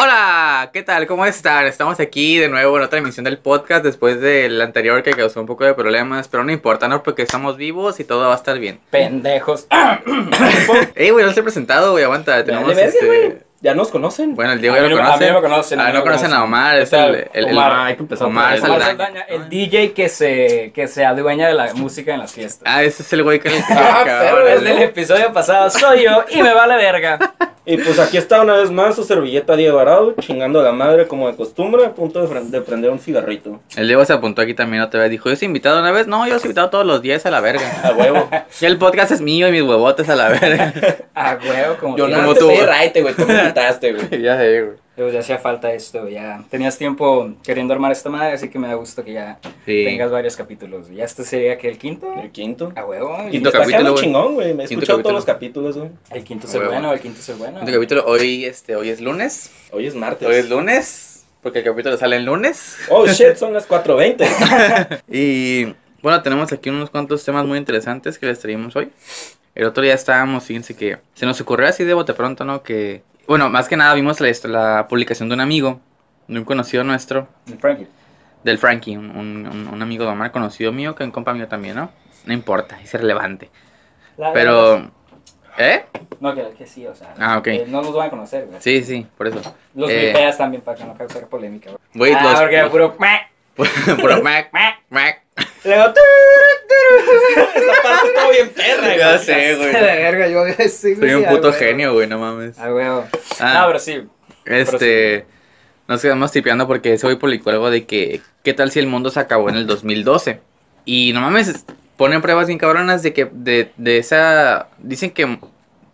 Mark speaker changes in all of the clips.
Speaker 1: Hola, ¿qué tal? ¿Cómo están? Estamos aquí de nuevo en otra emisión del podcast después del anterior que causó un poco de problemas, pero no importa, ¿no? Porque estamos vivos y todo va a estar bien.
Speaker 2: Pendejos.
Speaker 1: Ey, güey, no se he presentado, güey, aguanta. Tenemos
Speaker 2: Dale, verga,
Speaker 1: este-
Speaker 2: güey. Ya nos conocen.
Speaker 1: Bueno, el Diego
Speaker 2: A
Speaker 1: ya
Speaker 2: mí
Speaker 1: lo
Speaker 2: no- a mí
Speaker 1: conoce.
Speaker 2: no me conocen,
Speaker 1: Ah,
Speaker 2: a mí
Speaker 1: no
Speaker 2: me
Speaker 1: conocen a Omar, es
Speaker 2: Está
Speaker 1: el, el- el-
Speaker 2: Omar.
Speaker 1: Ah,
Speaker 3: hay que empezar
Speaker 1: Omar
Speaker 3: por
Speaker 2: Omar
Speaker 1: Saldaña.
Speaker 2: Saldaña, el DJ que se, que se adueña de la música en las fiestas. Ah,
Speaker 1: Ah, ese es el güey que le
Speaker 2: Pero desde el episodio pasado soy yo y me vale verga.
Speaker 3: Y pues aquí está una vez más su servilleta Diego Arau, chingando a la madre como de costumbre, a punto de, fren- de prender un cigarrito.
Speaker 1: El Diego se apuntó aquí también otra vez. Dijo, ¿yo soy invitado una vez? No, yo soy invitado todos los días a la verga.
Speaker 3: A huevo.
Speaker 1: Y el podcast es mío y mis huevotes a la verga.
Speaker 2: A Ah, huevo, como
Speaker 3: Yo
Speaker 2: que-
Speaker 1: Como
Speaker 3: no te
Speaker 1: tú.
Speaker 3: pedí raite, güey, tú me invitaste, güey.
Speaker 1: ya sé, güey.
Speaker 2: Pues ya hacía falta esto, ya tenías tiempo queriendo armar esta madre, así que me da gusto que ya
Speaker 1: Sí.
Speaker 2: tengas varios capítulos. Ya este sería que el quinto.
Speaker 3: El quinto.
Speaker 2: A huevo.
Speaker 3: Y
Speaker 1: Quinto
Speaker 3: me está quedando
Speaker 1: capítulo, güey.
Speaker 3: chingón, güey. Me he
Speaker 1: Quinto
Speaker 3: escuchado todos
Speaker 1: capítulo.
Speaker 3: los capítulos, güey.
Speaker 2: El quinto es
Speaker 1: A
Speaker 2: el
Speaker 1: huevo.
Speaker 2: bueno, el quinto es el bueno.
Speaker 1: Este capítulo, hoy, este, hoy es lunes.
Speaker 3: Hoy es martes.
Speaker 1: Hoy es lunes. Porque el capítulo sale el lunes.
Speaker 3: Oh, shit, son las 4.20.
Speaker 1: Y bueno, tenemos aquí unos cuantos temas muy interesantes que les traímos hoy. El otro día estábamos, fíjense que se nos ocurrió así de bote pronto, ¿no? Que, bueno, más que nada vimos la, hist- la publicación de un amigo, de un conocido nuestro,
Speaker 2: El Frankie.
Speaker 1: del Frankie, un, un- un amigo de Omar, conocido mío, que un compa mío también, ¿no? No importa, es irrelevante.
Speaker 2: La-
Speaker 1: Pero, ¿eh?
Speaker 2: No, que, que sí, o sea.
Speaker 1: Ah, ok.
Speaker 2: eh, no nos van a conocer, güey.
Speaker 1: Sí, sí, por eso.
Speaker 2: Los
Speaker 1: Eh.
Speaker 2: mipeas también para que no causar polémica, güey.
Speaker 1: Güey,
Speaker 2: ah,
Speaker 1: los-
Speaker 2: porque era
Speaker 1: los-
Speaker 2: puro. meh,
Speaker 1: puro mac,
Speaker 2: meh.
Speaker 1: mac.
Speaker 2: Luego. tú,
Speaker 3: Esa parte está bien perra, güey.
Speaker 1: Ya sé,
Speaker 2: de
Speaker 1: güey.
Speaker 2: verga, yo sí,
Speaker 1: Soy
Speaker 2: güey,
Speaker 1: un
Speaker 2: a
Speaker 1: puto
Speaker 2: huevo.
Speaker 1: genio, güey, no mames.
Speaker 2: A huevo.
Speaker 1: Ah.
Speaker 2: Ah, pero sí.
Speaker 1: Este, nos quedamos tipeando porque ese hoy publicó algo de que, ¿qué tal si el mundo se acabó en el 2012? Y no mames, ponen pruebas bien cabronas de que, de, de esa, dicen que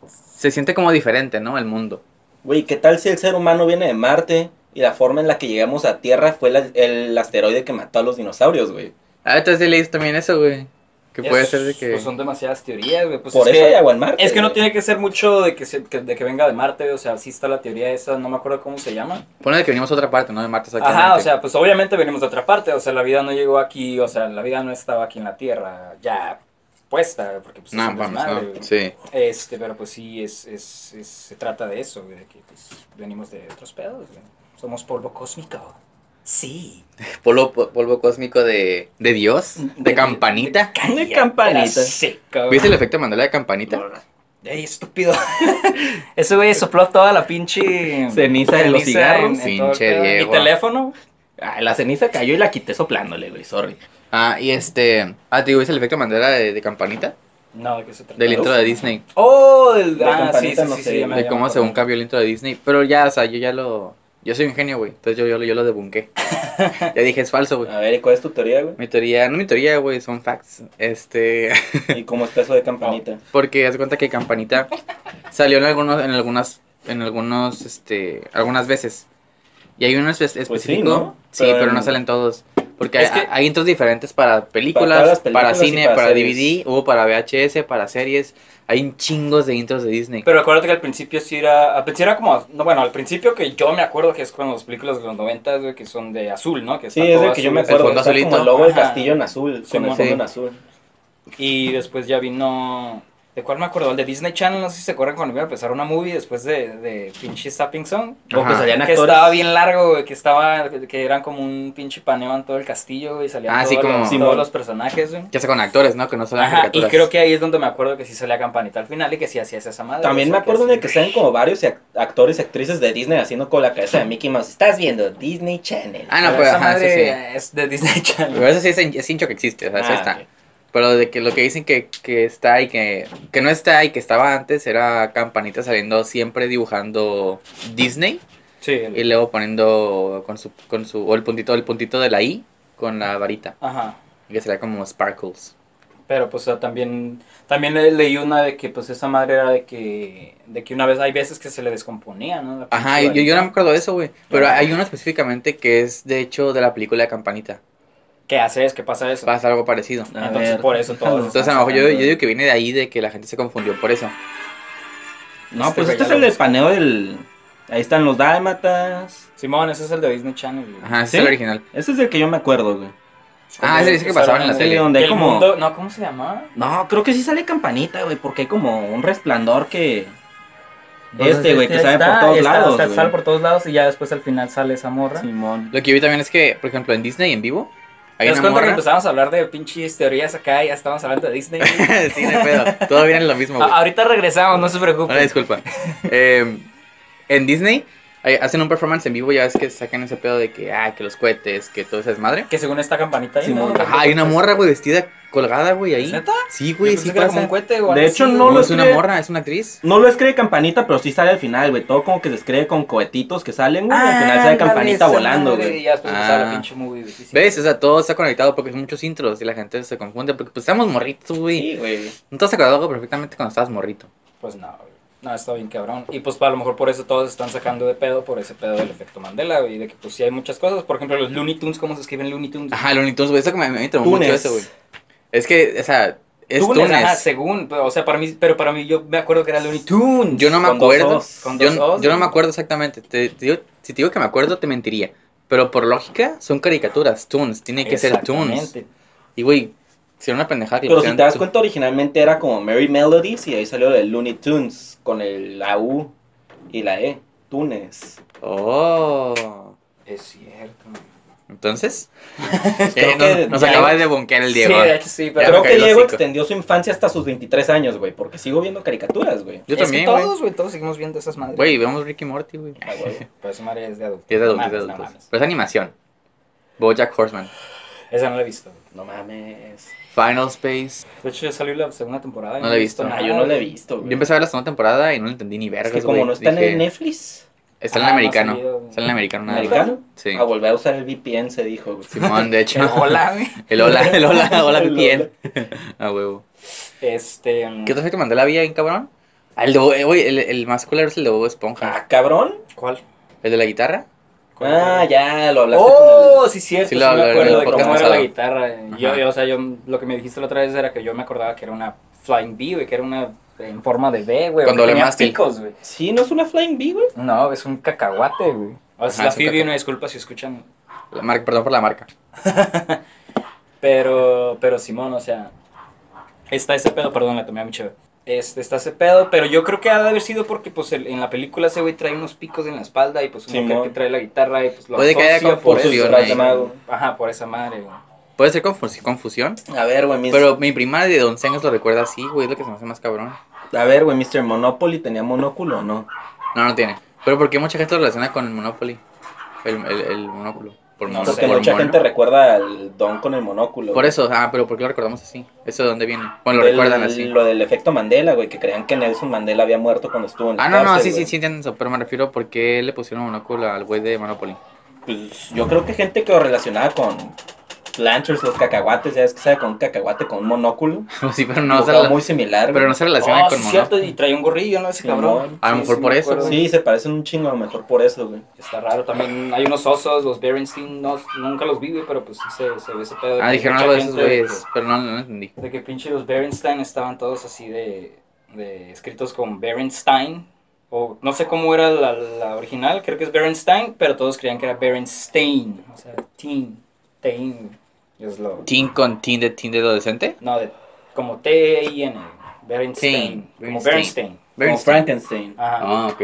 Speaker 1: se siente como diferente, ¿no? El mundo.
Speaker 3: Güey, ¿qué tal si el ser humano viene de Marte y la forma en la que llegamos a Tierra fue la- el asteroide que mató a los dinosaurios, güey?
Speaker 1: Ah, entonces leí también eso, güey. Que puede
Speaker 2: es-
Speaker 1: ser de que...
Speaker 2: Pues son demasiadas teorías, güey. Pues
Speaker 3: Por
Speaker 2: es
Speaker 3: eso hay
Speaker 2: que,
Speaker 3: agua en Marte.
Speaker 2: Es que no
Speaker 3: güey.
Speaker 2: tiene que ser mucho de que, se- que- de que venga de Marte, güey, o sea, sí está la teoría esa, no me acuerdo cómo se llama.
Speaker 1: Pone de que venimos a otra parte, ¿no? De Marte exactamente.
Speaker 2: Ajá, o sea, pues obviamente venimos de otra parte, o sea, la vida no llegó aquí, o sea, la vida no estaba aquí en la Tierra ya puesta, porque pues es
Speaker 1: No,
Speaker 2: un
Speaker 1: mames,
Speaker 2: desmadre,
Speaker 1: no.
Speaker 2: güey.
Speaker 1: Sí.
Speaker 2: Este, pero pues sí, es, es, es- se trata de eso, güey, de que pues, venimos de otros pedos, güey. somos polvo cósmico. Sí.
Speaker 1: Polvo, polvo cósmico de, de Dios, de campanita.
Speaker 2: caña,
Speaker 3: De campanita.
Speaker 2: pero Sí, cabrón.
Speaker 1: ¿Viste el efecto Mandela de campanita?
Speaker 2: Ey, estúpido. Ese güey sopló toda la pinche
Speaker 3: Ceniza de los cigarros.
Speaker 2: todo el
Speaker 1: Pinche
Speaker 2: pedo.
Speaker 1: Diego.
Speaker 2: Mi teléfono.
Speaker 3: Ah, la ceniza cayó y la quité soplándole, güey, sorry.
Speaker 1: Ah, y este. Ah, te digo, ¿viste el efecto Mandela de, de campanita?
Speaker 2: No, ¿de qué se trata?
Speaker 1: Del intro de Disney.
Speaker 2: Oh, del
Speaker 3: La
Speaker 2: ah, sí,
Speaker 3: campanita
Speaker 2: sí,
Speaker 3: no
Speaker 2: sí,
Speaker 3: sé,
Speaker 2: sí, ya me-
Speaker 1: De
Speaker 2: ya
Speaker 1: cómo
Speaker 2: me
Speaker 1: según
Speaker 2: acordé.
Speaker 1: cambió el intro de Disney. Pero ya, o sea, yo ya lo. Yo soy un genio, güey. Entonces yo, yo, lo- yo lo debunqué. ya dije, es falso, güey.
Speaker 3: A ver, ¿y cuál es tu teoría, güey?
Speaker 1: Mi teoría, no mi teoría, güey, son facts. Este.
Speaker 3: ¿Y cómo está eso de campanita?
Speaker 1: Porque haz de cuenta que Campanita salió en algunos, en algunas, en algunos, este, algunas veces. Y hay uno espe- específico.
Speaker 3: Pues sí,
Speaker 1: sí,
Speaker 3: ¿no? Pero
Speaker 1: pero,
Speaker 3: en-
Speaker 1: no salen todos. Porque hay,
Speaker 2: Es que-
Speaker 1: hay intros diferentes para películas,
Speaker 3: Para todas las
Speaker 1: para,
Speaker 3: películas y
Speaker 1: cine,
Speaker 3: para
Speaker 1: para,
Speaker 3: series.
Speaker 1: DVD, o para VHS, para series. Hay un chingos de intros de Disney.
Speaker 2: Pero acuérdate que al principio sí era, al principio era como, no, bueno, al principio que yo me acuerdo que es con las películas de los noventas, güey, que son de azul, ¿no? Que está
Speaker 3: Sí, es
Speaker 2: todo
Speaker 3: de que yo
Speaker 2: azul,
Speaker 3: me
Speaker 2: así.
Speaker 3: acuerdo.
Speaker 1: fondo
Speaker 3: está
Speaker 1: azulito.
Speaker 3: Como el logo del
Speaker 2: Ajá.
Speaker 3: castillo en azul, con el
Speaker 2: Simón.
Speaker 3: fondo
Speaker 1: Sí.
Speaker 3: en azul.
Speaker 2: Y después ya vino, ¿de cuál me acuerdo? El de Disney Channel, no sé si se acuerdan cuando iba a empezar una movie después de, de pinche Sapping Song.
Speaker 1: O que salían
Speaker 2: Que estaba bien largo, güey, que estaba, que eran como un pinche paneo en todo el castillo, güey, y salían
Speaker 1: Ah, sí,
Speaker 2: todos,
Speaker 1: como-
Speaker 2: los,
Speaker 3: Simón.
Speaker 2: todos los personajes, güey.
Speaker 1: Que hace con actores, ¿no? Que no salen
Speaker 2: Ajá, y
Speaker 1: caricaturas.
Speaker 2: creo que ahí es donde me acuerdo que sí salía campanita al final y que sí hacías esa madre.
Speaker 3: También
Speaker 2: o
Speaker 3: me
Speaker 2: sea,
Speaker 3: acuerdo
Speaker 2: así-
Speaker 3: de que salen como varios ac- actores y actrices de Disney haciendo con la cabeza de Mickey Mouse. Estás viendo Disney Channel.
Speaker 1: Ah, no,
Speaker 2: Pero
Speaker 1: pues,
Speaker 2: esa
Speaker 1: ajá, sí,
Speaker 2: madre
Speaker 1: sí.
Speaker 2: es de Disney Channel.
Speaker 1: Pero eso sí es, hin- es hincho que existe, o sea, eso
Speaker 3: Ah,
Speaker 1: pues, está.
Speaker 3: ok.
Speaker 1: Pero de que lo que dicen que, que está y que, que no está y que estaba antes era Campanita saliendo siempre dibujando Disney.
Speaker 2: Sí. el-
Speaker 1: Y luego poniendo con su, con su, o el puntito, el puntito de la I con la varita,
Speaker 2: Ajá.
Speaker 1: que sería como sparkles.
Speaker 2: Pero pues ah, también, también le- leí una de que pues esa madre era de que, de que una vez, hay veces que se le descomponía, ¿no? La
Speaker 1: Ajá,
Speaker 2: pinche
Speaker 1: yo, yo no me
Speaker 2: varita.
Speaker 1: acuerdo de eso, güey. Pero
Speaker 2: Ajá.
Speaker 1: hay uno específicamente que es, de hecho, de la película de Campanita.
Speaker 2: ¿Qué haces? ¿Qué pasa eso?
Speaker 1: Pasa algo parecido.
Speaker 3: A
Speaker 2: Entonces
Speaker 3: ver,
Speaker 2: por eso todos.
Speaker 1: Entonces, a lo mejor yo, yo digo que viene de ahí, de que la gente se confundió por eso.
Speaker 3: No,
Speaker 2: Este
Speaker 3: pues
Speaker 2: güey
Speaker 3: este
Speaker 2: ya
Speaker 3: es
Speaker 2: lo
Speaker 3: el del
Speaker 2: buscó.
Speaker 3: paneo del. Ahí están los dálmatas.
Speaker 2: Simón, ese es el de Disney Channel. güey.
Speaker 1: Ajá, ese
Speaker 3: ¿Sí?
Speaker 1: es el original.
Speaker 3: Ese es el que yo me acuerdo, güey.
Speaker 1: Ah, ese es el que pasaba en la
Speaker 3: Sí,
Speaker 1: tele.
Speaker 3: donde
Speaker 2: Que
Speaker 3: hay
Speaker 2: el
Speaker 3: como.
Speaker 2: mundo- no, ¿cómo se llamaba?
Speaker 3: No, creo que sí sale campanita, güey, porque hay como un resplandor que.
Speaker 2: Entonces,
Speaker 3: Este, güey, que sale por todos
Speaker 2: Pues está-
Speaker 3: lados,
Speaker 2: está-
Speaker 3: güey.
Speaker 2: sale por todos lados y ya después al final sale esa morra.
Speaker 3: Simón.
Speaker 1: Lo que vi también es que, por ejemplo, en Disney en vivo, hay
Speaker 2: ¿Te das
Speaker 1: una
Speaker 2: cuenta que
Speaker 1: morra.
Speaker 2: empezamos a hablar de pinches teorías acá y ya estábamos hablando de Disney? güey?
Speaker 1: sí, no hay pedo. Todo viene en lo mismo,
Speaker 2: A-
Speaker 1: güey.
Speaker 2: ahorita regresamos, no se preocupen.
Speaker 1: Una disculpa. Eh, en Disney eh, hacen un performance en vivo, ya ves que sacan ese pedo de que, ah, que los cohetes, que todo eso es madre.
Speaker 2: Que según esta campanita ahí,
Speaker 3: Simón.
Speaker 2: ¿no?
Speaker 1: Ajá, hay una morra, güey, vestida colgada, güey, ahí.
Speaker 2: ¿Es neta?
Speaker 1: Sí,
Speaker 2: Yo
Speaker 1: güey,
Speaker 2: pensé
Speaker 1: sí
Speaker 2: que era
Speaker 1: pasa.
Speaker 2: como un cohete, güey.
Speaker 3: De hecho, no
Speaker 1: No
Speaker 3: lo-
Speaker 1: es una
Speaker 3: escribe-
Speaker 1: morra, es una actriz.
Speaker 3: No lo escribe campanita, pero sí sale al final, güey. Todo como que se escribe con cohetitos que salen, güey. al final sale campanita volando,
Speaker 2: Y
Speaker 3: güey.
Speaker 2: ya después empezaba la
Speaker 1: Ah.
Speaker 2: pinche movie, güey. Sí, sí.
Speaker 1: ¿Ves? O sea, todo está conectado porque son muchos intros y la gente se confunde porque pues estamos morritos, güey.
Speaker 3: Sí, güey.
Speaker 1: No te has acordado perfectamente cuando estabas morrito.
Speaker 2: Pues no, güey. No, está bien cabrón. Y pues a lo mejor por eso todos están sacando de pedo por ese pedo del efecto Mandela, güey. De que pues sí hay muchas cosas. Por ejemplo, los Looney Tunes, ¿cómo se escriben Looney Tunes?
Speaker 1: Ajá, Looney Tunes, güey, eso que me, me intrigó mucho
Speaker 3: Tunes.
Speaker 1: eso, güey. Es que, o sea, es
Speaker 2: Tunes,
Speaker 1: Tunes.
Speaker 2: ajá, según, pero, o sea, para mí, pero para mí yo me acuerdo que era Looney Tunes.
Speaker 1: Yo no me
Speaker 3: Con dos
Speaker 1: acuerdo.
Speaker 3: Os,
Speaker 2: con dos
Speaker 1: Yo,
Speaker 2: Os,
Speaker 1: yo no
Speaker 2: güey.
Speaker 1: me acuerdo exactamente. Te- te digo- si te digo que me acuerdo, te mentiría. Pero por lógica, son caricaturas, Tunes. Tiene que ser Tunes.
Speaker 2: Exactamente.
Speaker 1: Y, güey, si era una pendejada que le
Speaker 3: Pero si
Speaker 1: pusieran
Speaker 3: te das
Speaker 1: tu-
Speaker 3: cuenta, originalmente era como Merry Melodies y ahí salió el Looney Tunes con el, la U y la E. Tunes.
Speaker 1: Oh.
Speaker 2: Es cierto.
Speaker 1: Entonces,
Speaker 3: Creo
Speaker 1: eh, nos,
Speaker 3: que
Speaker 1: nos
Speaker 3: ya-
Speaker 1: acaba de bonquear el Diego.
Speaker 2: Sí, de hecho sí, pero...
Speaker 1: Ya me
Speaker 3: Creo que
Speaker 1: caí el
Speaker 3: Diego
Speaker 1: hocico.
Speaker 3: extendió su infancia hasta sus 23 años, güey. Porque sigo viendo caricaturas, güey.
Speaker 1: Yo
Speaker 2: es
Speaker 1: también,
Speaker 2: que
Speaker 1: güey.
Speaker 2: todos, güey, todos seguimos viendo esas madres.
Speaker 1: Güey, vemos Ricky Morty, güey.
Speaker 3: Ah, güey.
Speaker 2: Pero esa madre es de adultos.
Speaker 1: Sí, Es de adultos,
Speaker 2: No
Speaker 1: es de
Speaker 2: mames, no
Speaker 1: adultos. Pero es animación. BoJack Horseman.
Speaker 2: mames. Esa no la he visto.
Speaker 3: No mames.
Speaker 1: Final Space.
Speaker 2: De hecho, ya salió la segunda temporada. y
Speaker 1: No la he visto.
Speaker 3: No,
Speaker 2: nada,
Speaker 3: Ah, yo no la he
Speaker 2: güey.
Speaker 3: visto, güey.
Speaker 1: Ah. Yo empecé a ver la segunda temporada y no la entendí ni vergas,
Speaker 3: Es que como
Speaker 1: güey.
Speaker 3: no está en
Speaker 1: Dije,
Speaker 3: el Netflix,
Speaker 1: Está en el
Speaker 2: Ah, no ha
Speaker 1: americano.
Speaker 2: salido.
Speaker 1: está en el americano nada más.
Speaker 3: ¿americano?
Speaker 1: Sí.
Speaker 3: A volver a usar el VPN se dijo, güey.
Speaker 1: Simón, de hecho.
Speaker 2: Eh, Hola, güey.
Speaker 1: El hola, el hola, hola,
Speaker 3: El
Speaker 1: bien. A huevo.
Speaker 2: Este.
Speaker 1: ¿Qué otro efecto Mandela había bien cabrón? Ah, el de Bob- eh, güey, el, el más cool es el de Bob Esponja.
Speaker 3: Ah, cabrón.
Speaker 2: ¿Cuál?
Speaker 1: El de la guitarra.
Speaker 2: ¿Cuál?
Speaker 3: Ah, ya, lo hablaste
Speaker 2: Oh, sí, cierto.
Speaker 1: Sí,
Speaker 2: Sí,
Speaker 1: lo hablé
Speaker 2: me
Speaker 1: en
Speaker 2: acuerdo
Speaker 3: el
Speaker 2: de cómo
Speaker 3: podcast
Speaker 2: era la
Speaker 1: pasado.
Speaker 2: guitarra. Yo,
Speaker 1: Ajá.
Speaker 2: yo, o sea, yo lo que me dijiste la otra vez era que yo me acordaba que era una Flying B, güey, que era una en forma de B, güey.
Speaker 1: Con
Speaker 2: que
Speaker 1: doble
Speaker 2: tenía
Speaker 1: mástil.
Speaker 2: picos, güey.
Speaker 3: con el- Sí, ¿no es una Flying B, güey?
Speaker 2: No, es un cacahuate, güey. O
Speaker 1: Ajá,
Speaker 2: sea, la
Speaker 1: es un
Speaker 2: Phoebe,
Speaker 1: cacahuate.
Speaker 2: una disculpa si escuchan.
Speaker 1: La marca, perdón por la marca.
Speaker 2: Pero, pero Simón, o sea, está ese pedo, perdón, la tomé a mi chévere. Este, está ese pedo, pero yo creo que ha de haber sido porque, pues, el- en la película ese güey trae unos picos en la espalda y, pues, uno
Speaker 3: Simón.
Speaker 2: cree que trae la guitarra y, pues, lo
Speaker 1: Puede que haya
Speaker 2: asocia
Speaker 3: Por
Speaker 2: por
Speaker 3: sus
Speaker 1: Dios,
Speaker 2: eso.
Speaker 3: disfraz de
Speaker 1: ahí.
Speaker 3: mago.
Speaker 2: Ajá, por esa madre, güey.
Speaker 1: Puede ser confus- confusión.
Speaker 3: A ver, güey, mis-
Speaker 1: Pero mi prima de 11 años lo recuerda así, güey. Es lo que se me hace más cabrón.
Speaker 3: A ver, güey, Mr. Monopoly tenía monóculo o no.
Speaker 1: No, no tiene. Pero ¿por qué mucha gente lo relaciona con el Monopoly? El, el, el Monóculo. Por,
Speaker 2: No,
Speaker 1: mono-
Speaker 3: Porque
Speaker 1: por
Speaker 3: mucha
Speaker 1: mono.
Speaker 3: gente recuerda al don con el monóculo.
Speaker 1: Por
Speaker 3: güey.
Speaker 1: eso, ah, pero ¿por qué lo recordamos así? ¿Eso de dónde viene? Bueno, lo
Speaker 3: Del-
Speaker 1: recuerdan así.
Speaker 3: Lo del efecto Mandela, güey, que creían que Nelson Mandela había muerto cuando estuvo en la
Speaker 1: Ah, no, no,
Speaker 3: cárcel,
Speaker 1: sí, sí,
Speaker 3: güey.
Speaker 1: sí entienden eso, pero me refiero por qué le pusieron monóculo al güey de Monopoly.
Speaker 3: Pues yo creo que gente que lo relacionaba con Planters, los cacahuates, ya ves que sabe con un cacahuate con un monóculo.
Speaker 1: sí, pero no, se
Speaker 3: Dibujado
Speaker 1: rela-
Speaker 3: muy similar.
Speaker 1: pero no
Speaker 3: güey.
Speaker 1: se relaciona
Speaker 2: Oh,
Speaker 1: con
Speaker 2: sí,
Speaker 1: Monopoly.
Speaker 2: cierto, y trae un gorrillo, ¿no? Ese
Speaker 3: Simón.
Speaker 2: cabrón.
Speaker 1: A lo mejor por
Speaker 2: me
Speaker 1: eso,
Speaker 2: acuerdo.
Speaker 3: Sí, se parecen un chingo, a lo mejor por eso, güey.
Speaker 2: Está raro también. Hay unos osos, los Berenstein, no, nunca los vi, güey, pero pues sí se, se ve ese pedo. de
Speaker 1: Ah,
Speaker 2: que
Speaker 1: dijeron
Speaker 2: mucha
Speaker 1: algo de esos
Speaker 2: gente pues, que-
Speaker 1: güeyes, pero no, no lo entendí.
Speaker 2: De que pinche los Berenstein estaban todos así de, de escritos con Berenstein. O no sé cómo era la, la original, creo que es Berenstein, pero todos creían que era Berenstein. O sea, teen, teen. y Es lo,
Speaker 1: ¿Tin con tin de tin de adolescente?
Speaker 2: no, de, como T-I-N. Berenstein.
Speaker 1: Teen,
Speaker 2: Como
Speaker 1: Berenstein.
Speaker 2: Berenstein.
Speaker 3: Como Frankenstein.
Speaker 2: Ajá.
Speaker 1: Ah, ok.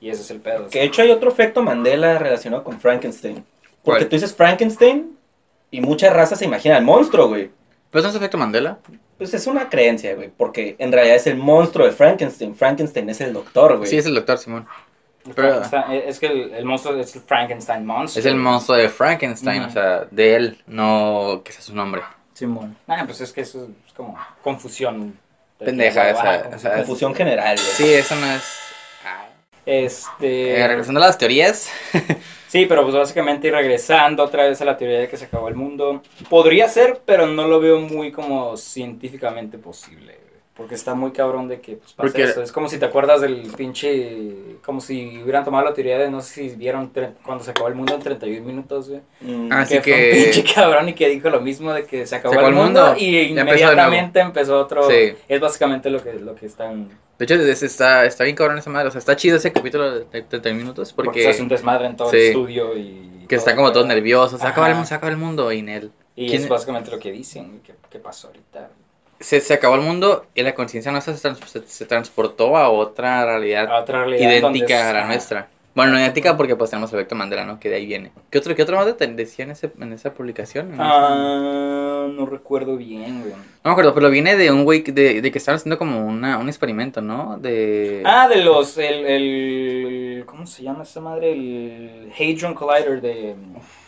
Speaker 2: Y ese es el pedo.
Speaker 3: Que de hecho hay otro efecto Mandela relacionado con Frankenstein. Porque
Speaker 1: ¿Cuál?
Speaker 3: tú dices Frankenstein y mucha raza se imagina al monstruo, güey.
Speaker 1: ¿Pero no es efecto Mandela?
Speaker 3: Pues es una creencia, güey. Porque en realidad es el monstruo de Frankenstein. Frankenstein es el doctor, güey.
Speaker 1: Sí, es el doctor Simón.
Speaker 2: El
Speaker 1: pero-
Speaker 2: Frankenstein- es que el, el monstruo es el Frankenstein monstruo.
Speaker 1: Es el monstruo de Frankenstein,
Speaker 2: Ujú.
Speaker 1: o sea, de él, no que sea su nombre.
Speaker 2: Simón. Ah, pues es que eso es como confusión.
Speaker 1: Pendeja esa-
Speaker 2: Ah,
Speaker 1: esa-
Speaker 3: Confusión general, güey.
Speaker 1: Sí, eso no es... Ah.
Speaker 2: Este.
Speaker 1: Eh, regresando a las teorías,
Speaker 2: Sí, pero pues básicamente y regresando otra vez a la teoría de que se acabó el mundo, podría ser, pero no lo veo muy como científicamente posible, güey. porque está muy cabrón de que pues, pase
Speaker 1: Porque-
Speaker 2: eso. Es como si te acuerdas del pinche, como si hubieran tomado la teoría de, no sé si vieron tre- cuando se acabó el mundo en 31 minutos, güey.
Speaker 3: Mm,
Speaker 1: Ah, Así
Speaker 2: que, fue
Speaker 1: que-
Speaker 2: un pinche cabrón y que dijo lo mismo de que se acabó, el mundo,
Speaker 1: ya empezó
Speaker 2: y
Speaker 1: de nuevo.
Speaker 2: inmediatamente empezó, otro.
Speaker 1: Sí.
Speaker 2: Es básicamente lo que, lo que están...
Speaker 1: de hecho, es- está, está bien cabrón esa madre. O sea, está chido ese capítulo de 30 minutos
Speaker 2: Porque,
Speaker 1: porque,
Speaker 2: se hace un desmadre en todo el
Speaker 1: Sí.
Speaker 2: estudio y...
Speaker 1: que está como todo
Speaker 2: nervioso.
Speaker 1: nervioso. Se acaba el
Speaker 2: Ajá.
Speaker 1: mundo, se acaba el mundo. Y en él.
Speaker 2: Y
Speaker 1: ¿Quién
Speaker 2: es
Speaker 1: es?
Speaker 2: básicamente lo que dicen, que, que pasó ahorita.
Speaker 1: se, se acabó el mundo y la conciencia nuestra se, trans- se- se transportó a otra realidad
Speaker 2: a otra realidad donde es- Ah,
Speaker 1: idéntica a la
Speaker 2: ajá.
Speaker 1: nuestra. Bueno, no idéntica porque pues tenemos el efecto Mandela, ¿no? Que de ahí viene. ¿Qué otro, qué otro más deten- decía en, ese- en esa publicación? En esa-
Speaker 2: Ah, no recuerdo bien, güey.
Speaker 1: No me acuerdo, pero viene de un güey que- de, de que estaban haciendo como una, un experimento, ¿no? De...
Speaker 2: Ah, de los, el, el, ¿cómo se llama esa madre? El Hadron Collider de,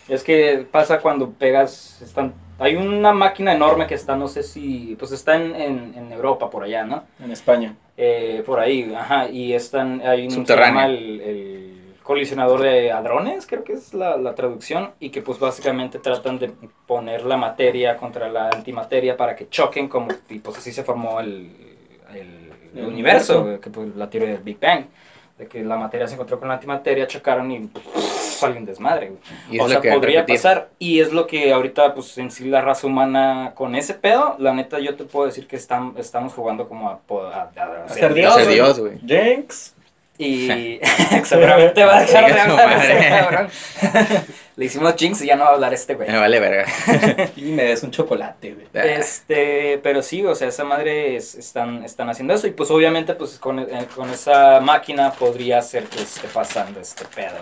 Speaker 2: es que pasa cuando pegas, están, hay una máquina enorme que está, no sé si, pues está en, en, en Europa, por allá, ¿no?
Speaker 3: En España.
Speaker 2: Eh, por ahí, ajá, y están, hay un, se
Speaker 1: Subterránea.
Speaker 2: llama el, el colisionador de hadrones, creo que es la, la traducción, y que pues básicamente tratan de poner la materia contra la antimateria para que choquen como, y pues así se formó el, el,
Speaker 3: El
Speaker 2: el
Speaker 3: universo.
Speaker 2: universo, güey, que pues la teoría del Big Bang, de que la materia se encontró con la antimateria, chocaron y salió un desmadre, güey
Speaker 1: y es
Speaker 2: o
Speaker 1: lo
Speaker 2: sea,
Speaker 1: que
Speaker 2: podría
Speaker 1: repetir.
Speaker 2: pasar. Y es lo que ahorita, pues, en sí la raza humana con ese pedo, la neta, yo te puedo decir que están, estamos jugando como a, po- a- a- a
Speaker 3: ser Dios,
Speaker 1: Ser
Speaker 3: güey.
Speaker 1: Dios, güey.
Speaker 3: Jenks.
Speaker 2: Y seguramente va a dejar de
Speaker 1: Chinga su
Speaker 2: hablar ese
Speaker 1: madre.
Speaker 2: cabrón. Le hicimos jinx y ya no va a hablar este güey.
Speaker 1: Me vale verga.
Speaker 3: Y me des un chocolate, güey.
Speaker 2: Este, pero sí, o sea, esa madre es- están, están haciendo eso. Y pues obviamente, pues con, eh, con esa máquina podría ser que esté pasando este pedo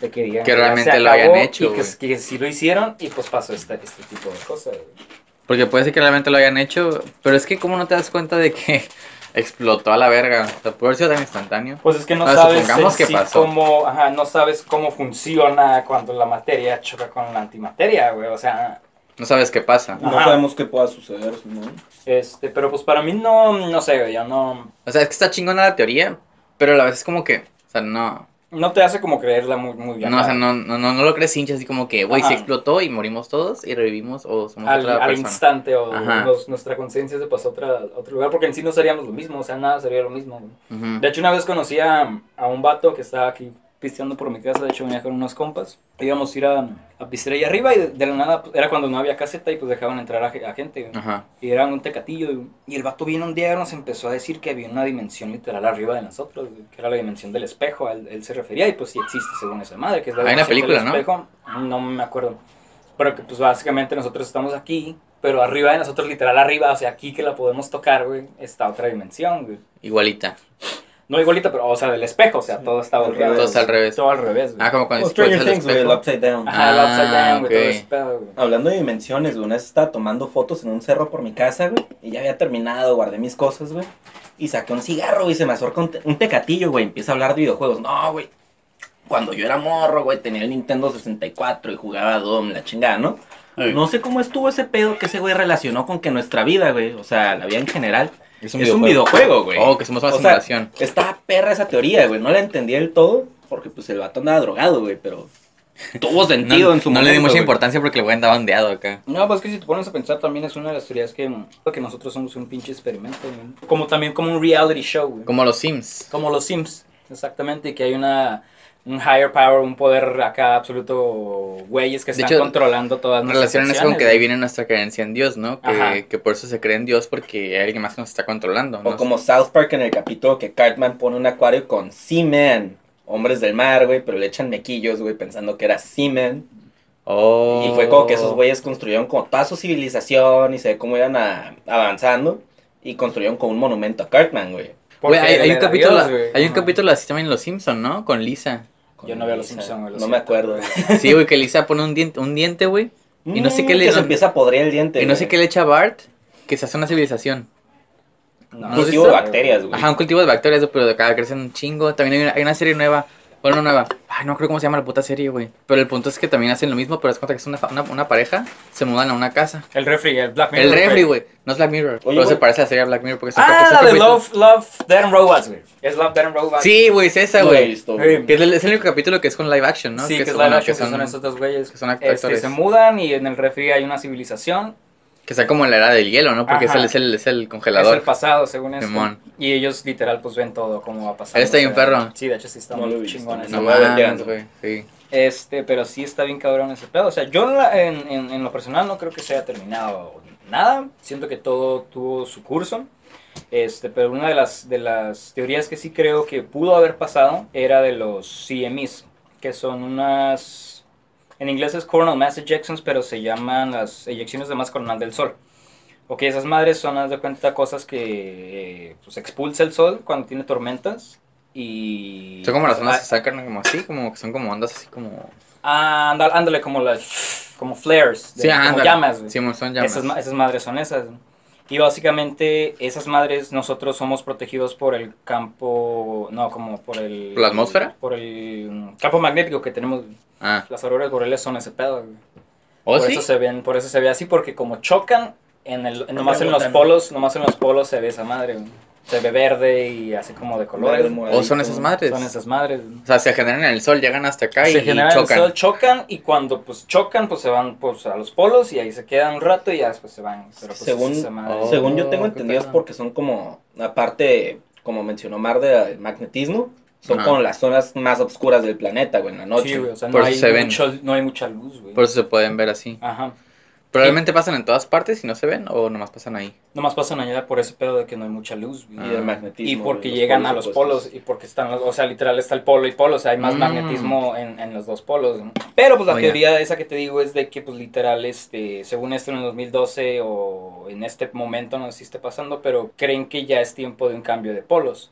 Speaker 2: de, de que digan
Speaker 1: Que
Speaker 2: ya se
Speaker 1: realmente lo hayan
Speaker 2: acabó
Speaker 1: hecho,
Speaker 2: Y que,
Speaker 1: güey.
Speaker 2: que sí lo hicieron y pues pasó este, este tipo de cosas. güey.
Speaker 1: Porque puede ser que realmente lo hayan hecho, pero es que como no te das cuenta de que explotó a la verga. O sea, puede haber sido tan instantáneo.
Speaker 2: Pues es que no
Speaker 1: Ah,
Speaker 2: sabes
Speaker 1: supongamos
Speaker 2: en
Speaker 1: que
Speaker 2: sí
Speaker 1: pasó.
Speaker 2: cómo, ajá, no sabes cómo funciona cuando la materia choca con la antimateria, güey, o sea,
Speaker 1: No sabes qué pasa.
Speaker 3: No
Speaker 2: Ajá.
Speaker 3: sabemos qué pueda suceder, ¿no?
Speaker 2: este, pero pues para mí no, no sé, güey, yo no,
Speaker 1: O sea, es que está chingona la teoría, pero a la vez es como que, o sea, no.
Speaker 2: no te hace como creerla muy, muy bien.
Speaker 1: No, o sea,
Speaker 2: ¿no?
Speaker 1: no, no, no, no lo crees hincha así como que, güey, se
Speaker 2: Ajá.
Speaker 1: explotó y morimos todos y revivimos o somos
Speaker 2: Al,
Speaker 1: otra
Speaker 2: al
Speaker 1: persona.
Speaker 2: instante o
Speaker 1: Ajá.
Speaker 2: nos- nuestra conciencia se pasó a, otra, a otro lugar, porque en sí no seríamos lo mismo, o sea, nada sería lo mismo. güey.
Speaker 1: Ujú.
Speaker 2: De hecho, una vez conocí a, a un vato que estaba aquí pisteando por mi casa, de hecho venía con unos compas, íbamos a ir a, a pistear ahí arriba y de, de la nada, pues, era cuando no había caseta y pues dejaban entrar a, ge- a gente, güey.
Speaker 1: Ajá.
Speaker 2: Y era un tecatillo. güey. Y el vato vino un día y nos empezó a decir que había una dimensión literal arriba de nosotros, güey, que era la dimensión del espejo. a Él, él se refería y pues sí existe según esa madre, que es la
Speaker 1: Hay una
Speaker 2: dimensión
Speaker 1: película,
Speaker 2: del
Speaker 1: ¿no?
Speaker 2: espejo. No me acuerdo. Pero que pues básicamente nosotros estamos aquí, pero arriba de nosotros, literal arriba, o sea, aquí que la podemos tocar, güey, está otra dimensión, güey.
Speaker 1: Igualita.
Speaker 2: No igualita, pero, o sea, del espejo, o sea,
Speaker 3: Sí.
Speaker 2: todo está
Speaker 3: Al
Speaker 2: volteado.
Speaker 1: Todo está al revés.
Speaker 2: Todo al revés, güey.
Speaker 1: Ah, como cuando
Speaker 3: O
Speaker 1: explotas
Speaker 3: Stranger
Speaker 1: el
Speaker 3: Things, güey, el
Speaker 1: espejo.
Speaker 3: Upside Down.
Speaker 2: Ajá, el upside
Speaker 1: Ah,
Speaker 2: down, güey, todo
Speaker 1: ok.
Speaker 2: ese pedo, güey.
Speaker 3: Hablando de dimensiones, güey, una vez estaba tomando fotos en un cerro por mi casa, güey, y ya había terminado, guardé mis cosas, güey, y saqué un cigarro, güey, y se me acercó un, te- un tecatillo, güey, empieza a hablar de videojuegos. No, güey, cuando yo era morro, güey, tenía el Nintendo 64 y jugaba Doom, la chingada, ¿no?
Speaker 1: Ey.
Speaker 3: No sé cómo estuvo ese pedo que ese güey relacionó con que nuestra vida, güey, o sea, la vida en general,
Speaker 1: Es
Speaker 3: es un videojuego, güey.
Speaker 1: Oh, que somos una
Speaker 3: O sea,
Speaker 1: simulación.
Speaker 3: Estaba perra esa teoría, güey, no la entendí del todo, porque pues el vato andaba drogado, güey, pero tuvo
Speaker 1: No,
Speaker 3: sentido en su
Speaker 1: no
Speaker 3: momento.
Speaker 1: le di mucha
Speaker 3: güey.
Speaker 1: importancia porque el güey andaba ondeado acá.
Speaker 2: No, pues que si te pones a pensar también es una de las teorías que, mm, que nosotros somos un pinche experimento, güey. como también como un reality show, güey.
Speaker 1: Como los Sims.
Speaker 2: como los Sims, exactamente, y que hay una un higher power, un poder acá absoluto, güeyes que
Speaker 1: De
Speaker 2: están
Speaker 1: hecho,
Speaker 2: controlando todas nuestras
Speaker 1: Relacionan eso
Speaker 2: acciones,
Speaker 1: con que de ahí
Speaker 2: güey.
Speaker 1: viene nuestra creencia en Dios, ¿no? Que,
Speaker 2: Ajá.
Speaker 1: que por eso se cree en Dios porque hay alguien más que nos está controlando.
Speaker 3: O
Speaker 1: ¿no?
Speaker 3: como South Park en el capítulo que Cartman pone un acuario con Seaman, hombres del mar, güey, pero le echan mequillos, güey, pensando que era Seaman.
Speaker 1: Oh.
Speaker 3: Y fue como que esos güeyes construyeron como toda su civilización y se ve cómo iban a- avanzando y construyeron como un monumento a Cartman, güey.
Speaker 1: Güey, hay,
Speaker 2: Porque
Speaker 1: hay
Speaker 2: le
Speaker 1: un
Speaker 2: da
Speaker 1: capítulo,
Speaker 2: Dios, güey.
Speaker 1: hay un
Speaker 2: Ajá.
Speaker 1: capítulo así también en Los Simpson, ¿no? Con Lisa.
Speaker 2: Yo no veo los
Speaker 3: Lisa.
Speaker 2: Simpson, güey, lo
Speaker 3: No me
Speaker 2: siento.
Speaker 3: acuerdo.
Speaker 1: Sí, güey, que Lisa pone un diente, un diente, güey. Y no sé qué
Speaker 3: Mm,
Speaker 1: le-
Speaker 3: Que se
Speaker 1: no-
Speaker 3: empieza a podrir el diente.
Speaker 1: Y no sé qué le
Speaker 3: güey.
Speaker 1: echa a Bart, que se hace una civilización.
Speaker 2: No,
Speaker 1: no
Speaker 3: Un
Speaker 1: sé
Speaker 3: cultivo de
Speaker 1: si-
Speaker 3: bacterias, güey.
Speaker 1: Pues Ajá, un cultivo de bacterias, pero de cada crecen un chingo. También hay una, hay una serie nueva. Bueno, no nueva. Ay, no creo cómo se llama la puta serie, güey. Pero el punto es que también hacen lo mismo, pero es cuenta que es una, fa- una, una pareja, se mudan a una casa.
Speaker 2: El refri, el Black Mirror.
Speaker 1: El refri,
Speaker 2: güey.
Speaker 1: güey. No es Black Mirror. pero
Speaker 3: güey.
Speaker 1: se parece a la serie Black Mirror porque son
Speaker 2: Ah,
Speaker 1: capítulos-
Speaker 2: la de
Speaker 1: capítulos.
Speaker 2: Love, Love, Dead and Robots, güey. Es Love, Dead and Robots.
Speaker 1: Sí, güey, es esa,
Speaker 3: No lo he
Speaker 1: güey.
Speaker 3: visto, güey.
Speaker 2: Sí.
Speaker 1: Que es, el, es el único capítulo que es con live action, ¿no?
Speaker 2: Sí, que, es
Speaker 1: bueno,
Speaker 2: la noche, que son,
Speaker 1: son-
Speaker 2: esos dos güeyes.
Speaker 1: que son act-
Speaker 2: Este,
Speaker 1: actores.
Speaker 2: se mudan y en el refri hay una civilización
Speaker 1: Que está como en la era del hielo, ¿no? Porque es
Speaker 2: Ajá.
Speaker 1: el, es, el, es el
Speaker 2: Es el
Speaker 1: congelador.
Speaker 2: pasado, según esto.
Speaker 1: Simón.
Speaker 2: Y ellos literal pues ven todo cómo va pasando.
Speaker 1: Está bien
Speaker 2: O sea,
Speaker 1: perro.
Speaker 2: Sí, de hecho sí está
Speaker 3: No lo he
Speaker 2: muy
Speaker 3: visto.
Speaker 2: chingón ese
Speaker 1: No
Speaker 3: Sí,
Speaker 2: pedo.
Speaker 3: güey,
Speaker 1: mames,
Speaker 3: llegando.
Speaker 1: güey. Sí.
Speaker 2: Este, pero sí está bien cabrón ese pedo. O sea, yo en, la- en- en- en lo personal no creo que se haya terminado nada. Siento que todo tuvo su curso. Este, pero una de las, de las teorías que sí creo que pudo haber pasado era de los CMEs, que son unas... En inglés es coronal mass ejections, pero se llaman las eyecciones de más coronal del sol. Ok, esas madres son, haz de cuenta, cosas que eh, pues, expulsa el sol cuando tiene tormentas. Y.
Speaker 1: Son como las
Speaker 2: Ah,
Speaker 1: ondas que sacan como así, como que son como ondas así como...
Speaker 2: Ah, ándale, ándale, como las. Como flares. de-
Speaker 1: Sí,
Speaker 2: como
Speaker 1: ándale.
Speaker 2: llamas, güey.
Speaker 1: Sí, son llamas.
Speaker 2: Esas, ma- esas madres son esas. ¿no? Y básicamente esas madres nosotros somos protegidos por el campo, no, como por el...
Speaker 1: ¿Por la atmósfera?
Speaker 2: Por el mm, campo magnético que tenemos.
Speaker 1: Ah,
Speaker 2: Las auroras boreales son ese pedo. güey.
Speaker 1: ¿o ¿Oh,
Speaker 2: por
Speaker 1: sí?
Speaker 2: eso se ven, por eso se ve así, porque como chocan, en el, en- nomás en los
Speaker 3: Rebotan.
Speaker 2: polos, nomás en los polos se ve esa madre. güey. Se ve verde y así como de colores.
Speaker 3: Verde, moradito,
Speaker 1: ¿O son esas madres?
Speaker 2: Son esas madres. ¿no?
Speaker 1: O sea, se generan en el sol, llegan hasta acá y,
Speaker 2: se
Speaker 1: y
Speaker 2: generan en el
Speaker 1: chocan.
Speaker 2: sol, chocan y cuando pues chocan pues se van pues a los polos y ahí se quedan un rato y ya después se van. Pero, pues,
Speaker 3: Según-
Speaker 2: esa madre-
Speaker 1: Oh,
Speaker 3: Según yo tengo
Speaker 1: qué
Speaker 3: entendido es
Speaker 1: pedo.
Speaker 3: porque son como, aparte, como mencionó Mar del magnetismo, son
Speaker 1: Ajá.
Speaker 3: como las zonas más oscuras del planeta, güey, en la noche.
Speaker 2: Sí, güey, o sea,
Speaker 1: Por
Speaker 2: no, hay
Speaker 1: eso se ven.
Speaker 2: mucho- no hay mucha luz, güey.
Speaker 1: Por eso se pueden ver así.
Speaker 2: Ajá.
Speaker 1: ¿Probablemente pasan en todas partes y no se ven o nomás pasan ahí?
Speaker 2: Nomás pasan allá por ese pedo de que no hay mucha luz, güey.
Speaker 1: Ah.
Speaker 3: Y del magnetismo. pues,
Speaker 2: Y porque
Speaker 3: güey,
Speaker 2: llegan a los
Speaker 3: opuestos.
Speaker 2: polos, pues, y porque están los, o sea, literal está el polo y polo, o sea, hay más
Speaker 1: Mm.
Speaker 2: magnetismo en, en los dos polos. ¿no? Pero pues la
Speaker 1: Oye.
Speaker 2: teoría esa que te digo es de que pues literal, este, según esto en el 2012 o en este momento, no sé si esté pasando, pero creen que ya es tiempo de un cambio de polos.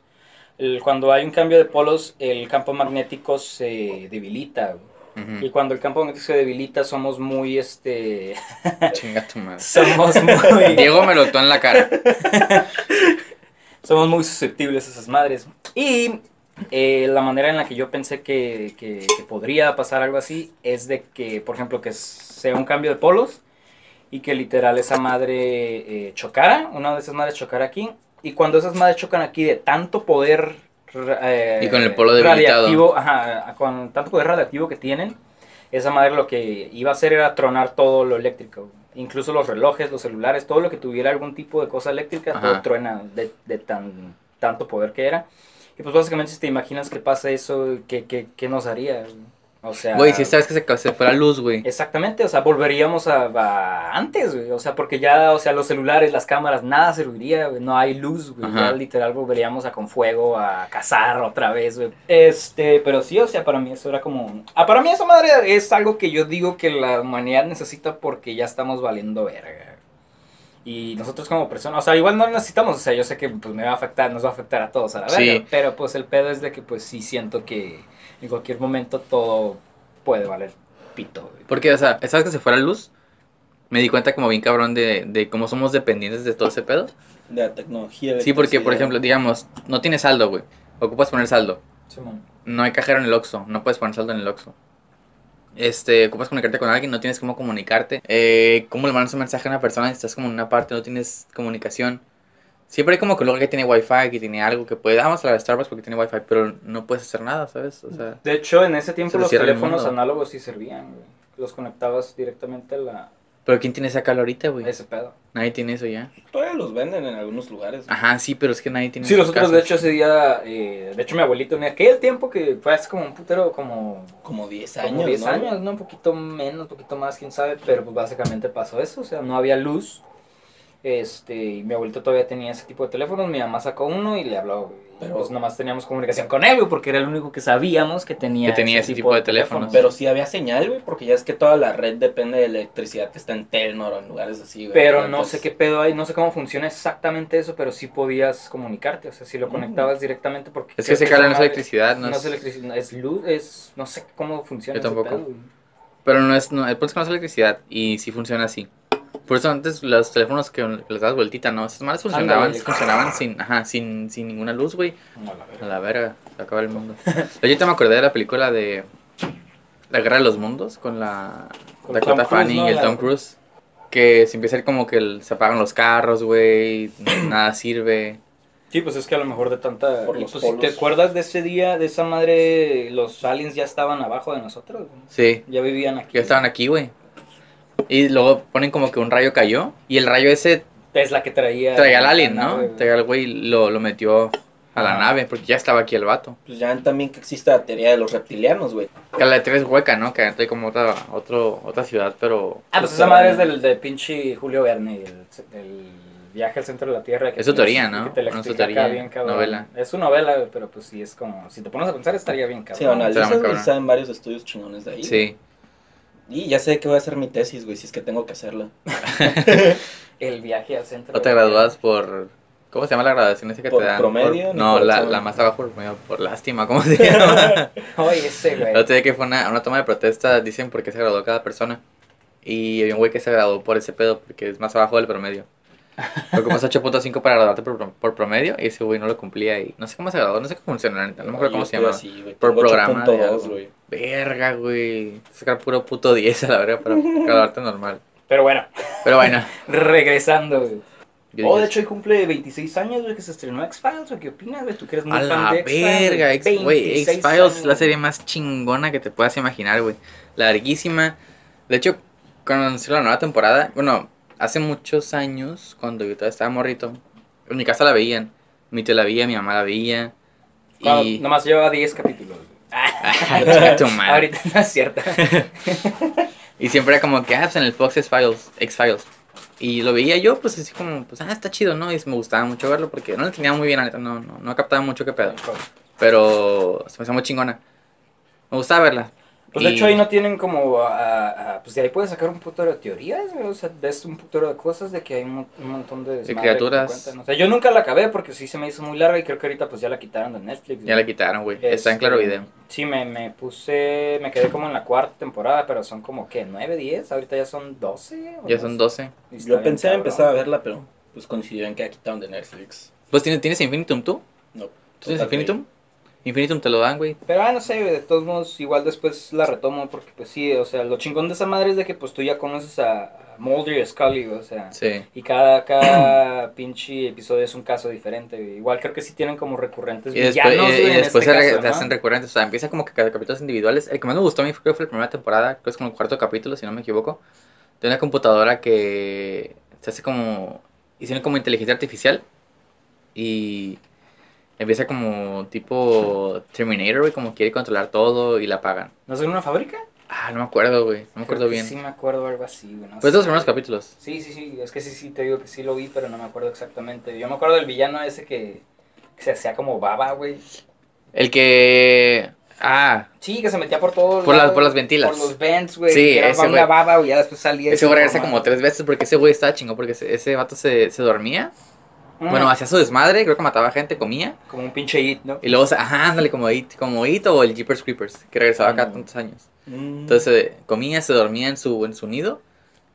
Speaker 2: El- cuando hay un cambio de polos, el campo magnético se debilita. güey.
Speaker 1: Ujú.
Speaker 2: Y cuando el campo magnético se debilita, somos muy, este,
Speaker 1: Chinga tu madre.
Speaker 2: somos muy...
Speaker 1: Diego me lo tocó en la cara.
Speaker 2: somos muy susceptibles a esas madres. Y eh, la manera en la que yo pensé que, que- que podría pasar algo así es de que, por ejemplo, que sea un cambio de polos y que literal esa madre eh, chocara, una de esas madres chocara aquí. Y cuando esas madres chocan aquí de tanto poder ra- eh,
Speaker 1: Y con el polo debilitado.
Speaker 2: radiactivo, ajá, con tanto poder radiactivo que tienen, esa madre lo que iba a hacer era tronar todo lo eléctrico. güey. Incluso los relojes, los celulares, todo lo que tuviera algún tipo de cosa eléctrica,
Speaker 1: Ajá.
Speaker 2: todo truena de, de tan, tanto poder que era. Y pues básicamente si te imaginas que pasa eso, ¿qué, qué, qué nos haría? güey? O sea...
Speaker 1: Güey, si esta vez que se, se fue la luz, güey.
Speaker 2: Exactamente, o sea, volveríamos a, a antes, güey. O sea, porque ya, o sea, los celulares, las cámaras, nada serviría, güey. No hay luz, güey.
Speaker 1: Ajá.
Speaker 2: Ya literal volveríamos a con fuego, a cazar otra vez, güey. Este, pero sí, o sea, para mí eso era como. Ah, para mí esa madre es algo que yo digo que la humanidad necesita porque ya estamos valiendo verga. Y nosotros como personas, o sea, igual no necesitamos, o sea, yo sé que pues me va a afectar, nos va a afectar a todos a la
Speaker 1: Sí.
Speaker 2: verga, pero pues el pedo es de que pues sí siento que en cualquier momento todo puede valer pito. güey.
Speaker 1: Porque, o sea, esta vez que se fue la luz, me di cuenta como bien cabrón de, de cómo somos dependientes de todo ese pedo.
Speaker 3: De la tecnología.
Speaker 1: Sí, porque, por
Speaker 3: electricidad.
Speaker 1: ejemplo, digamos, no tienes saldo, güey. Ocupas poner saldo.
Speaker 2: Simón.
Speaker 1: No hay cajero en el Oxxo. No puedes poner saldo en el Oxxo. Este, ocupas comunicarte con alguien, no tienes cómo comunicarte. Eh, ¿Cómo le mandas un mensaje a una persona si estás como en una parte, no tienes comunicación? Siempre hay como que un lugar que tiene wifi, que tiene algo que puede. "Ah, Vamos a la de Starbucks porque tiene wifi, pero no puedes hacer nada, ¿sabes? O sea,
Speaker 2: De hecho, en ese tiempo
Speaker 1: Se le
Speaker 2: los
Speaker 1: cierra el
Speaker 2: teléfonos
Speaker 1: mundo.
Speaker 2: análogos sí servían, güey. Los conectabas directamente a, la,
Speaker 1: pero ¿quién tiene esa calor ahorita,
Speaker 2: a
Speaker 1: güey?
Speaker 2: ese pedo.
Speaker 1: Nadie tiene eso ya.
Speaker 3: Todavía los venden en algunos lugares. güey.
Speaker 1: Ajá, sí, pero es que nadie tiene
Speaker 2: Sí,
Speaker 1: esos
Speaker 2: nosotros
Speaker 1: casos.
Speaker 2: de hecho ese día, eh, de hecho mi abuelito en aquel tiempo que fue hace como un putero, como
Speaker 3: Como 10 años.
Speaker 2: como 10
Speaker 3: ¿no?
Speaker 2: años, ¿no? Un poquito menos, un poquito más, quién sabe, pero pues básicamente pasó eso, o sea, no había luz. Este, y mi abuelito todavía tenía ese tipo de teléfonos, mi mamá sacó uno y le habló, güey.
Speaker 3: Pero-
Speaker 2: pues nomás teníamos comunicación con él, güey, porque era el único que sabíamos que tenía,
Speaker 1: Que tenía ese tipo de teléfonos.
Speaker 3: Pero sí había señal, güey, porque ya es que toda la red depende de electricidad que está en Telnor o en lugares así, güey.
Speaker 2: Pero no sé
Speaker 3: Entonces,
Speaker 2: qué pedo hay, no sé cómo funciona exactamente eso, pero sí podías comunicarte, o sea, si lo
Speaker 3: Mm.
Speaker 2: conectabas directamente porque...
Speaker 1: Es que se
Speaker 2: creo
Speaker 1: cala
Speaker 2: esa
Speaker 1: no es
Speaker 2: madre-
Speaker 1: electricidad,
Speaker 2: No es electricidad, es luz, es... no sé cómo
Speaker 1: Yo
Speaker 2: funciona. ese
Speaker 1: tampoco.
Speaker 2: pedo, güey.
Speaker 1: Pero no es, no, el punto es que no es electricidad y sí funciona así. Por eso antes los teléfonos que les dabas vueltita, ¿no? Esas madres funcionaban,
Speaker 2: Ándale.
Speaker 1: funcionaban sin, ajá, sin, sin ninguna luz, güey.
Speaker 2: No, la verga.
Speaker 1: A la verga, se acaba el mundo. Ahorita me acordé de la película de La Guerra de los Mundos con la
Speaker 2: Con
Speaker 1: Dakota
Speaker 2: Tom Cruise,
Speaker 1: Fanning
Speaker 2: ¿no?
Speaker 1: y el
Speaker 2: La-
Speaker 1: Tom Cruise. Que se empieza a ir como que el- se apagan los carros, güey, nada sirve.
Speaker 2: Sí, pues es que a lo mejor de tanta...
Speaker 3: Por
Speaker 2: y
Speaker 3: los
Speaker 2: pues, si te
Speaker 3: polos.
Speaker 2: acuerdas de ese día, de esa madre, los aliens ya estaban abajo de nosotros, güey.
Speaker 1: Sí,
Speaker 2: ya vivían aquí.
Speaker 1: ya estaban aquí, güey. Y luego ponen como que un rayo cayó y el rayo ese
Speaker 2: Es la que traía...
Speaker 1: Traía al alien,
Speaker 2: la nave,
Speaker 1: ¿no?
Speaker 2: güey.
Speaker 1: Traía al güey, lo, lo metió a la
Speaker 2: Ah.
Speaker 1: nave, porque ya estaba aquí el vato.
Speaker 3: Pues ya ven también que existe la teoría de los reptilianos, güey.
Speaker 1: Que la de tres hueca, ¿no? Que hay como otra, otro, otra ciudad, pero...
Speaker 2: Ah, pues esa madre es del de pinche Julio Verne, el, el viaje al centro de la Tierra. que
Speaker 1: Es su
Speaker 2: tienes-
Speaker 1: teoría, ¿no?
Speaker 2: que te la
Speaker 1: No, su
Speaker 2: explica
Speaker 1: teoría,
Speaker 2: acá bien cabrón.
Speaker 1: novela.
Speaker 2: Es una novela, güey, pero pues sí, es como, si te pones a pensar estaría bien
Speaker 3: Sí,
Speaker 2: cabrón.
Speaker 1: Está muy
Speaker 3: analizan y
Speaker 1: cabrón.
Speaker 3: saben varios estudios chingones de ahí.
Speaker 1: Sí.
Speaker 3: Y ya sé que voy a hacer mi tesis, güey, si es que tengo que hacerla.
Speaker 2: El viaje al centro.
Speaker 1: O te gradúas por. ¿Cómo se llama la graduación esa que
Speaker 3: ¿Por
Speaker 1: te dan?
Speaker 3: promedio
Speaker 1: Por-
Speaker 3: ni
Speaker 1: no,
Speaker 3: por
Speaker 1: la,
Speaker 3: examen?
Speaker 1: la más abajo por promedio, por lástima, ¿cómo se llama?
Speaker 2: Oye, ese,
Speaker 1: El
Speaker 2: güey.
Speaker 1: otro día que fue una, una toma de protesta, dicen por qué se graduó cada persona. Y había un güey que se graduó por ese pedo, porque es más abajo del promedio. Fue como es 8.5 para graduarte por, pro- por promedio, y ese güey no lo cumplía. Y no sé cómo se graduó, no sé cómo funciona, la neta, no me acuerdo
Speaker 3: Yo
Speaker 1: cómo se
Speaker 3: estoy
Speaker 1: llama.
Speaker 3: así, güey,
Speaker 1: Por
Speaker 3: tengo
Speaker 1: programa de
Speaker 3: 8.2,
Speaker 1: algo.
Speaker 3: güey.
Speaker 1: Verga, güey. Sacar puro puto 10 a la verga para graduarte normal.
Speaker 2: Pero bueno,
Speaker 1: Pero bueno.
Speaker 2: regresando, güey.
Speaker 1: yo
Speaker 2: Oh,
Speaker 1: dije,
Speaker 2: de hecho, hoy cumple 26 años, güey, que se estrenó X-Files, güey. ¿Qué opinas, güey? ¿Tú que eres muy
Speaker 1: A
Speaker 2: fan
Speaker 1: la
Speaker 2: de X-Files?
Speaker 1: verga, X- güey,
Speaker 2: 26
Speaker 1: X-Files, la
Speaker 2: años.
Speaker 1: serie más chingona que te puedas imaginar, güey. Larguísima. De hecho, cuando anunció la nueva temporada, bueno, hace muchos años, cuando yo todavía estaba morrito, en mi casa la veían. Mi tía la veía, mi mamá la veía.
Speaker 2: Cuando-
Speaker 1: Y.
Speaker 2: Nomás lleva 10 capítulos, güey.
Speaker 1: Ay, chinga tu madre.
Speaker 2: Ahorita no es cierta.
Speaker 1: Y siempre era como que, ah, pues en el Fox X-Files. X-Files. Y lo veía yo, pues así como, pues, ah, está chido, ¿no? Y me gustaba mucho verlo porque no lo tenía muy bien, la neta, no, no, no captaba mucho qué pedo. Pero se me hacía muy chingona. Me gustaba verla.
Speaker 2: Pues de
Speaker 1: Y-
Speaker 2: hecho ahí no tienen como, ah, ah, pues de ahí puedes sacar un putero de teorías, güey, o sea, ves un putero de cosas de que hay un, mon- un montón de... desmadre que te
Speaker 1: criaturas.
Speaker 2: cuentan, O sea, yo nunca la acabé porque sí se me hizo muy larga y creo que ahorita pues ya la quitaron de Netflix.
Speaker 1: Ya
Speaker 2: güey.
Speaker 1: la quitaron, güey. Está en
Speaker 2: Este,
Speaker 1: claro video.
Speaker 2: Sí, me, me puse, me quedé como en la cuarta temporada, pero son como, ¿qué? ¿9, 10? Ahorita ya son 12. o
Speaker 1: Ya
Speaker 2: no
Speaker 1: son
Speaker 2: sé.
Speaker 1: 12.
Speaker 2: Y está
Speaker 3: Yo
Speaker 2: bien
Speaker 3: pensé en
Speaker 2: cabrón.
Speaker 3: empezar a verla, pero pues coincidió en que la quitaron de Netflix.
Speaker 1: Pues tienes, tienes Infinitum tú.
Speaker 3: No.
Speaker 1: ¿Tú tienes
Speaker 3: Total
Speaker 1: Infinitum? Infinitum te lo dan, güey.
Speaker 2: Pero ah, no sé, güey, de todos modos, igual después la retomo porque pues sí, o sea, lo chingón de esa madre es de que pues tú ya conoces a a Mulder y a Scully, güey, o sea...
Speaker 1: Sí.
Speaker 2: Y cada, cada pinche episodio es un caso diferente. güey. Igual creo que sí tienen como recurrentes
Speaker 1: Y después,
Speaker 2: villanos,
Speaker 1: y- y
Speaker 2: güey, en
Speaker 1: después se
Speaker 2: este
Speaker 1: re-
Speaker 2: caso,
Speaker 1: te
Speaker 2: ¿no?
Speaker 1: hacen recurrentes. O sea, empieza como que cada capítulos individuales. El que más me gustó a mí fue, creo que fue la primera temporada, creo que es como el cuarto capítulo, si no me equivoco. De una computadora que se hace como. Hicieron como inteligencia artificial. Y empieza como tipo Terminator, güey, como quiere controlar todo y la apagan.
Speaker 2: ¿No es en una fábrica?
Speaker 1: Ah, no me acuerdo, güey. No me
Speaker 2: Creo
Speaker 1: acuerdo
Speaker 2: que
Speaker 1: bien.
Speaker 2: Sí, me acuerdo algo así, güey. no
Speaker 1: Pues
Speaker 2: sé,
Speaker 1: los primeros
Speaker 2: güey.
Speaker 1: capítulos.
Speaker 2: Sí, sí, sí. Es que sí, sí, te digo que sí lo vi, pero no me acuerdo exactamente. Yo me acuerdo del villano ese que, que se hacía como baba, güey.
Speaker 1: El que. Ah,
Speaker 2: Sí, que se metía por todos
Speaker 1: Por las-
Speaker 2: lados,
Speaker 1: por las ventilas.
Speaker 2: Por los vents, güey.
Speaker 1: Sí,
Speaker 2: que era
Speaker 1: ese
Speaker 2: una
Speaker 1: güey.
Speaker 2: baba, güey. Ya después salía.
Speaker 1: ese güey regresa como tres veces porque ese güey estaba chingón porque ese, ese vato se, se dormía. Bueno,
Speaker 2: Bueno,
Speaker 1: hacía su desmadre, creo que mataba gente, comía.
Speaker 2: como un pinche hit, ¿no?
Speaker 1: Y luego, se- ajá, ándale, como It, como It o el Jeepers Creepers, que regresaba cada
Speaker 3: Mm.
Speaker 1: tantos años.
Speaker 3: Mm.
Speaker 1: Entonces eh, comía, se dormía en su, en su nido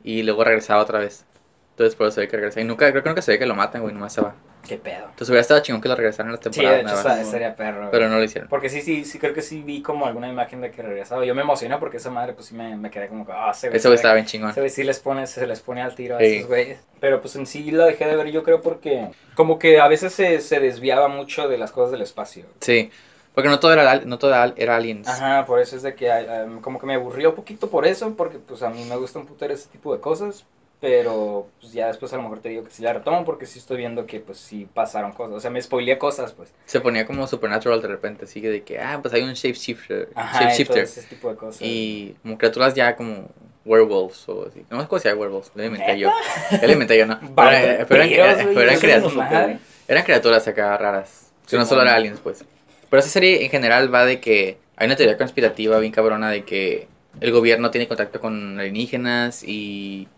Speaker 1: y luego regresaba otra vez. Entonces por eso se ve que regresa. Y nunca, creo que nunca se ve que lo matan, güey, nomás se va.
Speaker 2: Qué pedo.
Speaker 1: Entonces hubiera estado chingón que lo regresaran en las
Speaker 2: Sí, de
Speaker 1: temporadas
Speaker 2: hecho,
Speaker 1: nuevas,
Speaker 2: esa- sería perro. güey.
Speaker 1: Pero no lo hicieron.
Speaker 2: Porque sí, sí, sí, creo que sí vi como alguna imagen de que regresaba. Yo me emocioné porque esa madre, pues sí me, me quedé como, que, ah, se ve.
Speaker 1: Ese güey estaba bien chingón.
Speaker 2: Se ve, sí les pone, se les pone al tiro a
Speaker 1: Sí.
Speaker 2: esos güeyes. Pero pues en sí la dejé de ver, yo creo, porque como que a veces se, se desviaba mucho de las cosas del espacio.
Speaker 1: Sí, porque no todo era, al- no todo era al- era aliens.
Speaker 2: Ajá, por eso es de que ah, ah, como que me aburrió un poquito por eso, porque pues a mí me gusta un putero ese tipo de cosas. Pero pues ya después a lo mejor te digo que sí la retomo porque sí estoy viendo que pues sí pasaron cosas. O sea, me spoileé cosas, pues.
Speaker 1: Se ponía como supernatural de repente, así que de que, ah, pues hay un shapeshifter.
Speaker 2: Ajá, y todo
Speaker 1: shapeshifter.
Speaker 2: ese tipo de cosas.
Speaker 1: Y como criaturas ya como werewolves o así. No me acuerdo si hay werewolves, lo inventé yo. Yo lo inventé yo, no. Pero, eran- pero eran,
Speaker 2: Vampiros, güey,
Speaker 1: pero eran
Speaker 2: esos
Speaker 1: criaturas,
Speaker 2: son los madres.
Speaker 1: eran criaturas acá raras. Que no
Speaker 2: Simón.
Speaker 1: solo eran aliens, pues. Pero esa serie en general va de que hay una teoría conspirativa bien cabrona de que el gobierno tiene contacto con alienígenas y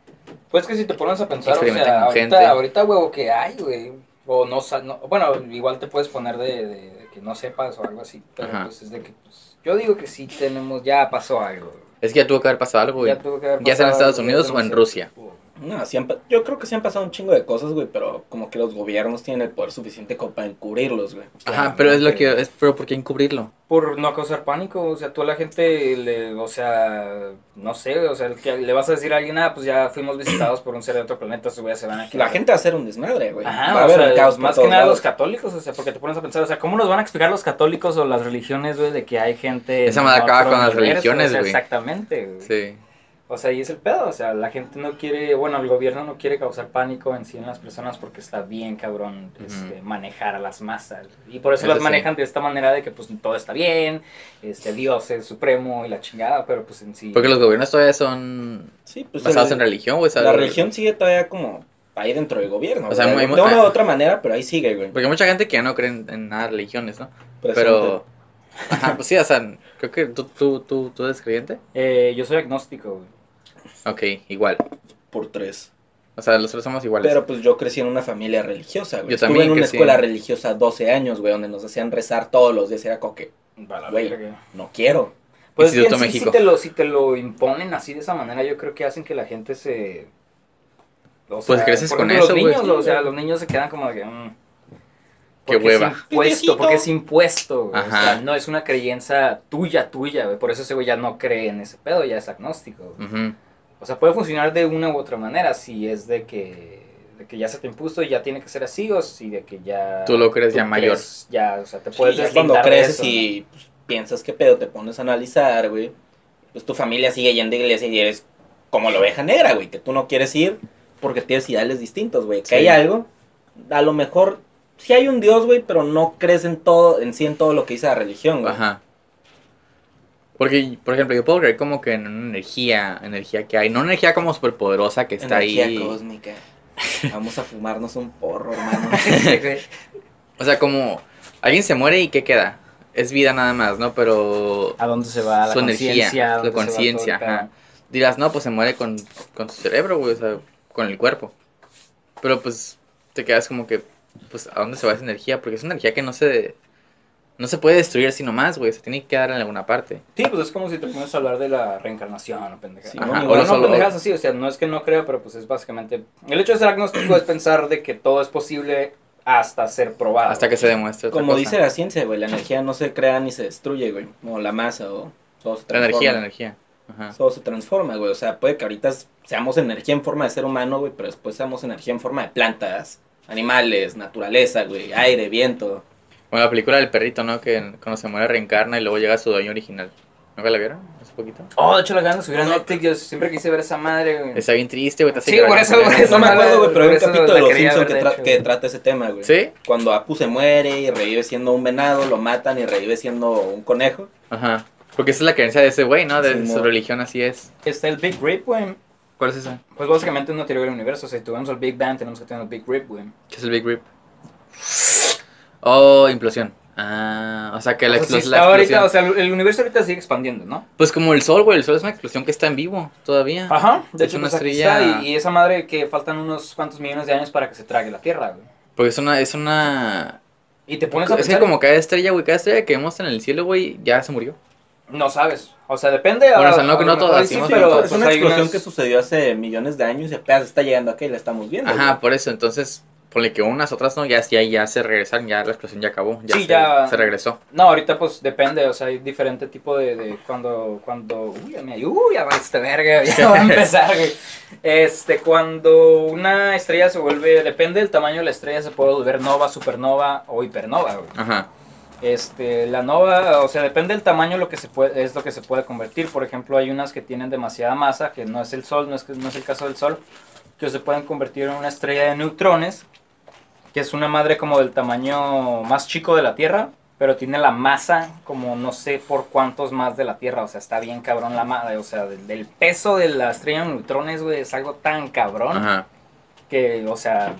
Speaker 2: Pues que si te pones a pensar, o
Speaker 1: Experimentan
Speaker 2: sea,
Speaker 1: con
Speaker 2: ahorita,
Speaker 1: gente.
Speaker 2: ahorita, huevo, que hay, güey. O no, sa- no- bueno, igual te puedes poner de, de- de que no sepas o algo así. Pero
Speaker 1: Ajá.
Speaker 2: pues es de que, pues, yo digo que sí tenemos, ya pasó algo.
Speaker 1: es que ya tuvo que haber pasado algo, güey.
Speaker 2: Ya tuvo que haber
Speaker 1: Ya sea en
Speaker 2: pasado
Speaker 1: Estados
Speaker 2: algo,
Speaker 1: Unidos
Speaker 2: ya
Speaker 1: o en
Speaker 2: no sé.
Speaker 1: Rusia.
Speaker 3: No, sí han pa- yo creo que sí han pasado un chingo de cosas, güey, pero como que los gobiernos tienen el poder suficiente como para encubrirlos, güey.
Speaker 1: Ajá, pero es lo que es, pero ¿por qué encubrirlo?
Speaker 2: Por no causar pánico, o sea, tú a la gente, le, o sea, no sé, o sea, el que le vas a decir a alguien, ah, pues ya fuimos visitados por un ser de otro planeta, esos güeyes se van a quedar.
Speaker 3: La gente va a hacer un desmadre, güey.
Speaker 2: Ajá,
Speaker 3: va a
Speaker 2: o
Speaker 3: haber
Speaker 2: sea,
Speaker 3: un caos por
Speaker 2: más que
Speaker 3: todos
Speaker 2: nada los
Speaker 3: lados.
Speaker 2: católicos, o sea, porque te pones a pensar, o sea, ¿cómo nos van a explicar los católicos o las religiones, güey, de que hay gente...
Speaker 1: Esa
Speaker 2: en
Speaker 1: madre acaba
Speaker 2: otro
Speaker 1: con las
Speaker 2: universo?
Speaker 1: religiones,
Speaker 2: O sea,
Speaker 1: güey.
Speaker 2: Exactamente, güey.
Speaker 1: Sí.
Speaker 2: O sea, ahí es el pedo, o sea, la gente no quiere, bueno, el gobierno no quiere causar pánico en sí en las personas porque está bien cabrón
Speaker 1: Ujú.
Speaker 2: este, manejar a las masas. Y por eso,
Speaker 1: Eso
Speaker 2: las
Speaker 1: sí.
Speaker 2: manejan de esta manera de que pues todo está bien, este Dios es supremo y la chingada, pero pues en sí...
Speaker 1: Porque los gobiernos todavía son
Speaker 3: Sí, pues
Speaker 1: basados
Speaker 3: el-
Speaker 1: en religión, güey. o sea,
Speaker 3: la religión sigue todavía como ahí dentro del gobierno.
Speaker 1: O sea,
Speaker 3: güey.
Speaker 1: muy-
Speaker 3: de una u
Speaker 1: ah.
Speaker 3: otra manera, pero ahí sigue, güey.
Speaker 1: Porque hay mucha gente que ya no cree en, en nada de religiones, ¿no?
Speaker 3: Presente.
Speaker 1: Pero. Ajá, pues sí, o sea, creo que tú, tú, tú, tú eres creyente.
Speaker 2: Eh, yo soy agnóstico, güey.
Speaker 1: Ok, igual.
Speaker 3: Por tres.
Speaker 1: O sea, los tres somos iguales.
Speaker 3: Pero pues yo crecí en una familia religiosa, güey.
Speaker 1: Yo
Speaker 3: Estuve
Speaker 1: también
Speaker 3: en una
Speaker 1: crecí
Speaker 3: escuela
Speaker 1: en-
Speaker 3: religiosa 12 años, güey, donde nos hacían rezar todos los días. Era coque,
Speaker 2: Va la
Speaker 3: Güey.
Speaker 2: verga.
Speaker 3: no quiero.
Speaker 2: Pues es que
Speaker 1: Instituto
Speaker 2: en sí,
Speaker 1: México.
Speaker 2: si te, lo, si te lo imponen así de esa manera, yo creo que hacen que la gente se... o
Speaker 1: Pues creces
Speaker 2: por
Speaker 1: con
Speaker 2: ejemplo,
Speaker 1: eso,
Speaker 2: los
Speaker 1: güey.
Speaker 2: niños, O sea, los niños se quedan como de que... mm,
Speaker 1: Qué
Speaker 2: porque
Speaker 1: hueva.
Speaker 2: Es impuesto, porque es impuesto, güey. O sea,
Speaker 1: Ajá.
Speaker 2: no es una creencia tuya, tuya, güey. Por eso ese güey ya no cree en ese pedo, ya es agnóstico. güey.
Speaker 1: Ujú.
Speaker 2: O sea, puede funcionar de una u otra manera, si es de que, de que ya se te impuso y ya tiene que ser así, o si de que ya...
Speaker 1: Tú lo crees ya mayor.
Speaker 2: crees, ya, o sea, te Pues, puedes
Speaker 3: Sí, ya cuando
Speaker 2: deslindar de
Speaker 3: creces
Speaker 2: eso,
Speaker 3: y pues, piensas qué pedo, te pones a analizar, güey. Pues tu familia sigue yendo a iglesia y eres como la oveja negra, güey, que tú no quieres ir porque tienes ideales distintos, güey. Que
Speaker 1: Sí.
Speaker 3: hay algo, a lo mejor sí hay un Dios, güey, pero no crees en todo, en sí en todo lo que dice la religión, güey.
Speaker 1: Ajá. Porque, por ejemplo, yo puedo creer como que en una energía, energía que hay, no energía como superpoderosa que está
Speaker 3: Energía
Speaker 1: ahí.
Speaker 3: cósmica. Vamos a fumarnos un porro, hermano.
Speaker 2: güey.
Speaker 1: O sea, como alguien se muere y ¿qué queda? Es vida nada más, ¿no? Pero
Speaker 2: a dónde se va la
Speaker 1: Su energía,
Speaker 2: conciencia,
Speaker 1: su
Speaker 2: a dónde se va
Speaker 1: conciencia,
Speaker 2: todo el
Speaker 1: ajá.
Speaker 2: pedo.
Speaker 1: dirás, no, pues se muere con, con su cerebro, güey, o sea, con el cuerpo. Pero pues te quedas como que, pues, ¿a dónde se va esa energía? Porque es una energía que no se, no se puede destruir así nomás, güey, se tiene que quedar en alguna parte.
Speaker 2: Sí, pues es como si te pones a hablar de la reencarnación o pendejadas.
Speaker 3: Sí,
Speaker 2: Ajá.
Speaker 1: Ajá,
Speaker 3: no,
Speaker 1: o
Speaker 2: Bueno,
Speaker 1: los
Speaker 2: no
Speaker 1: holo-
Speaker 2: pendejadas así, o sea, no es que no crea, pero pues es básicamente... El hecho de ser agnóstico es pensar de que todo es posible hasta ser probado.
Speaker 1: hasta que se demuestre otra
Speaker 3: Como
Speaker 1: cosa.
Speaker 3: dice la ciencia, güey, la energía no se crea ni se destruye, güey. Como la masa o todo se
Speaker 1: La energía, la
Speaker 3: transforma.
Speaker 1: energía. Ajá.
Speaker 3: Todo se transforma, güey. O sea, puede que ahorita seamos energía en forma de ser humano, güey, pero después seamos energía en forma de plantas, animales, naturaleza, güey, aire, viento.
Speaker 1: Bueno, la película del perrito, ¿no? Que cuando se muere reencarna y luego llega su dueño original. ¿Nunca la vieron? Hace poquito.
Speaker 2: Oh, de hecho, la ganas de subir a Netflix, yo siempre quise ver esa madre, güey.
Speaker 1: Está bien triste, güey. te hace
Speaker 2: Sí,
Speaker 1: llorar.
Speaker 2: por eso, por eso.
Speaker 3: No me acuerdo, güey, pero hay un
Speaker 2: Por eso
Speaker 3: capítulo
Speaker 2: la
Speaker 3: de Los
Speaker 2: quería
Speaker 3: Simpsons
Speaker 2: ver,
Speaker 3: que,
Speaker 2: de
Speaker 3: tra-
Speaker 2: hecho,
Speaker 3: que
Speaker 2: güey.
Speaker 3: trata ese tema, güey.
Speaker 1: ¿Sí?
Speaker 3: Cuando Apu se muere y revive siendo un venado, lo matan y revive siendo un conejo.
Speaker 1: Ajá. Porque esa es la creencia de ese güey, ¿no? De
Speaker 3: Sí,
Speaker 1: su
Speaker 3: mo.
Speaker 1: religión, así es.
Speaker 2: Está el Big Rip, güey.
Speaker 1: ¿Cuál es esa?
Speaker 2: Pues básicamente es una teoría del universo. O sea, si tuvimos el Big Bang, tenemos que tener el Big Rip, güey.
Speaker 1: ¿Qué es el Big Rip? Oh, implosión. Ah, o sea que la,
Speaker 2: O sea, si
Speaker 1: explos- la
Speaker 2: está ahorita,
Speaker 1: explosión.
Speaker 2: o sea, el el universo ahorita sigue expandiendo, ¿no?
Speaker 1: Pues como el sol, güey. El sol es una explosión que está en vivo todavía.
Speaker 2: Ajá, de
Speaker 1: Es
Speaker 2: hecho,
Speaker 1: una
Speaker 2: pues aquí
Speaker 1: estrella-
Speaker 2: está, y, y esa madre que faltan unos cuantos millones de años para que se trague la Tierra, güey.
Speaker 1: Porque es una. Es una.
Speaker 2: Y te pones a
Speaker 1: Es
Speaker 2: pensar,
Speaker 1: que como cada estrella, güey, cada estrella que vemos en el cielo, güey, ya se murió.
Speaker 2: no sabes. O sea, depende.
Speaker 1: Bueno,
Speaker 2: a-
Speaker 1: o sea, no-
Speaker 2: a lo
Speaker 1: no
Speaker 2: mejor
Speaker 1: todas,
Speaker 2: sí,
Speaker 1: sí, no
Speaker 2: pero
Speaker 1: todas.
Speaker 3: es
Speaker 2: pues,
Speaker 3: una
Speaker 2: hay
Speaker 3: explosión
Speaker 2: unas-
Speaker 3: que sucedió hace millones de años y apenas está llegando aquí y la estamos viendo.
Speaker 1: Ajá,
Speaker 3: güey.
Speaker 1: por eso, entonces, ponle que unas, otras no, ya, ya, ya se regresaron, ya la explosión ya acabó, ya,
Speaker 2: Sí,
Speaker 1: se,
Speaker 2: ya.
Speaker 1: se regresó.
Speaker 2: No, ahorita pues depende, o sea, hay diferente tipo de, de cuando, cuando, uy, ya me, uy, ya valiste verga, ya va a empezar, güey. Este, cuando una estrella se vuelve, depende del tamaño de la estrella, se puede volver nova, supernova o hipernova, güey.
Speaker 1: Ajá,
Speaker 2: Este, la nova, o sea, depende del tamaño lo que se puede, es lo que se puede convertir. Por ejemplo, hay unas que tienen demasiada masa, que no es el Sol, no es, que- no es el caso del Sol, que se pueden convertir en una estrella de neutrones, que es una madre como del tamaño más chico de la Tierra, pero tiene la masa como no sé por cuántos más de la Tierra. O sea, está bien cabrón la madre, o sea, del, del peso de la estrella de neutrones, güey, es algo tan cabrón
Speaker 1: ajá.
Speaker 2: que, o sea,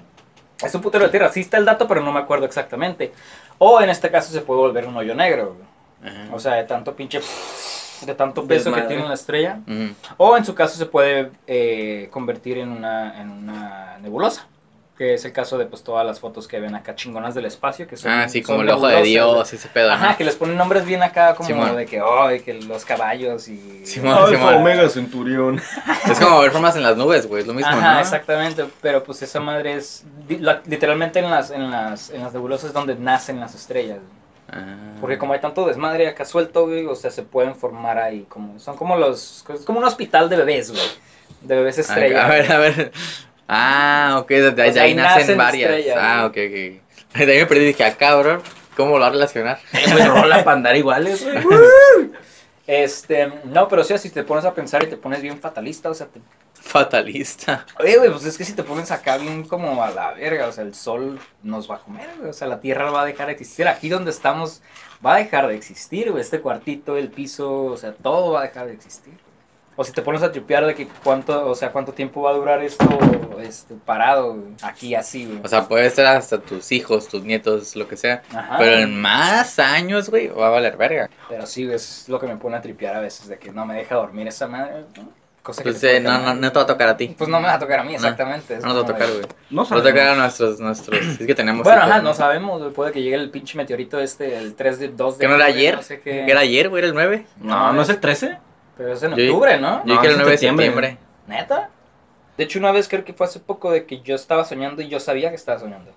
Speaker 2: es un putero de tierra. Sí está el dato, pero no me acuerdo exactamente. O en este caso se puede volver un hoyo negro. güey.
Speaker 1: ajá.
Speaker 2: O sea, de tanto pinche. De tanto peso que
Speaker 3: Desmadre.
Speaker 2: tiene la estrella.
Speaker 1: Ujú.
Speaker 2: O en su caso se puede eh, convertir en una, en una nebulosa. Que es el caso de pues todas las fotos que ven acá chingonas del espacio. Que son,
Speaker 1: Ah, sí, como
Speaker 2: son
Speaker 1: el ojo de
Speaker 2: nebulosas,
Speaker 1: Dios, ese pedo,
Speaker 2: güey.
Speaker 1: ¿no?
Speaker 2: Ajá, que les ponen nombres bien acá como
Speaker 1: Simón.
Speaker 2: de que, oh, de que los caballos y...
Speaker 1: Simón, Alfa, Simón.
Speaker 3: Omega Centurión.
Speaker 1: Es como ver formas en las nubes, güey, es lo mismo,
Speaker 2: Ajá,
Speaker 1: ¿no?
Speaker 2: exactamente, pero pues esa madre es di- la- literalmente en las, en las en las nebulosas es donde nacen las estrellas. güey.
Speaker 1: Ah.
Speaker 2: Porque como hay tanto desmadre acá suelto, güey, o sea, se pueden formar ahí como son como los es como un hospital de bebés, güey. De bebés
Speaker 1: Ah, A
Speaker 2: estrellas.
Speaker 1: ver, a ver. Ah, ok, de, de-
Speaker 2: O
Speaker 1: de
Speaker 2: sea,
Speaker 1: ahí
Speaker 2: ahí
Speaker 1: nacen,
Speaker 2: nacen
Speaker 1: varias.
Speaker 2: estrellas,
Speaker 1: ah, ok, ok. De ahí me perdí y dije, ah, cabrón, ¿cómo lo va a relacionar?
Speaker 3: Pues rola para andar iguales, güey.
Speaker 2: Este, no, pero o sea, si te pones a pensar y te pones bien fatalista, o sea, te-
Speaker 1: Fatalista.
Speaker 2: oye, güey, pues es que si te pones acá bien como a la verga, o sea, el sol nos va a comer, güey, o sea, la Tierra va a dejar de existir, aquí donde estamos va a dejar de existir, güey, este cuartito, el piso, o sea, todo va a dejar de existir. O si te pones a tripear de que cuánto, o sea, cuánto tiempo va a durar esto este, parado, güey, aquí así, güey.
Speaker 1: O sea, puede ser hasta tus hijos, tus nietos, lo que sea.
Speaker 2: Ajá.
Speaker 1: Pero en más años, güey, va a valer verga.
Speaker 2: Pero sí, güey, es lo que me pone a tripear a veces, de que no me deja dormir esa madre. ¿no? Cosa que
Speaker 1: Pues
Speaker 2: te
Speaker 1: eh,
Speaker 2: puede
Speaker 1: no, no,
Speaker 2: ganar.
Speaker 1: no te va a tocar a ti.
Speaker 2: Pues no me va a tocar a mí,
Speaker 1: No,
Speaker 2: exactamente. es
Speaker 1: No nos va a
Speaker 2: como
Speaker 1: tocar,
Speaker 2: de-
Speaker 1: güey.
Speaker 3: No
Speaker 1: Nos va a tocar a nuestros, nuestros. Es que tenemos.
Speaker 2: Bueno,
Speaker 1: hijos,
Speaker 2: ajá, no sabemos, güey, Puede que llegue el pinche meteorito este, el 3 de 2 de.
Speaker 1: Que no era
Speaker 2: octubre,
Speaker 1: ayer.
Speaker 2: No sé qué.
Speaker 1: Que era ayer, güey, era el 9.
Speaker 3: No, no es el 13.
Speaker 2: Pero es en
Speaker 1: Yo-
Speaker 2: octubre, ¿no?
Speaker 1: Yo
Speaker 3: No,
Speaker 1: dije
Speaker 3: es
Speaker 1: el
Speaker 3: en
Speaker 1: 9 de
Speaker 3: septiembre.
Speaker 1: septiembre.
Speaker 2: ¿Neta? De hecho, una vez creo que fue hace poco de que yo estaba soñando y yo sabía que estaba soñando.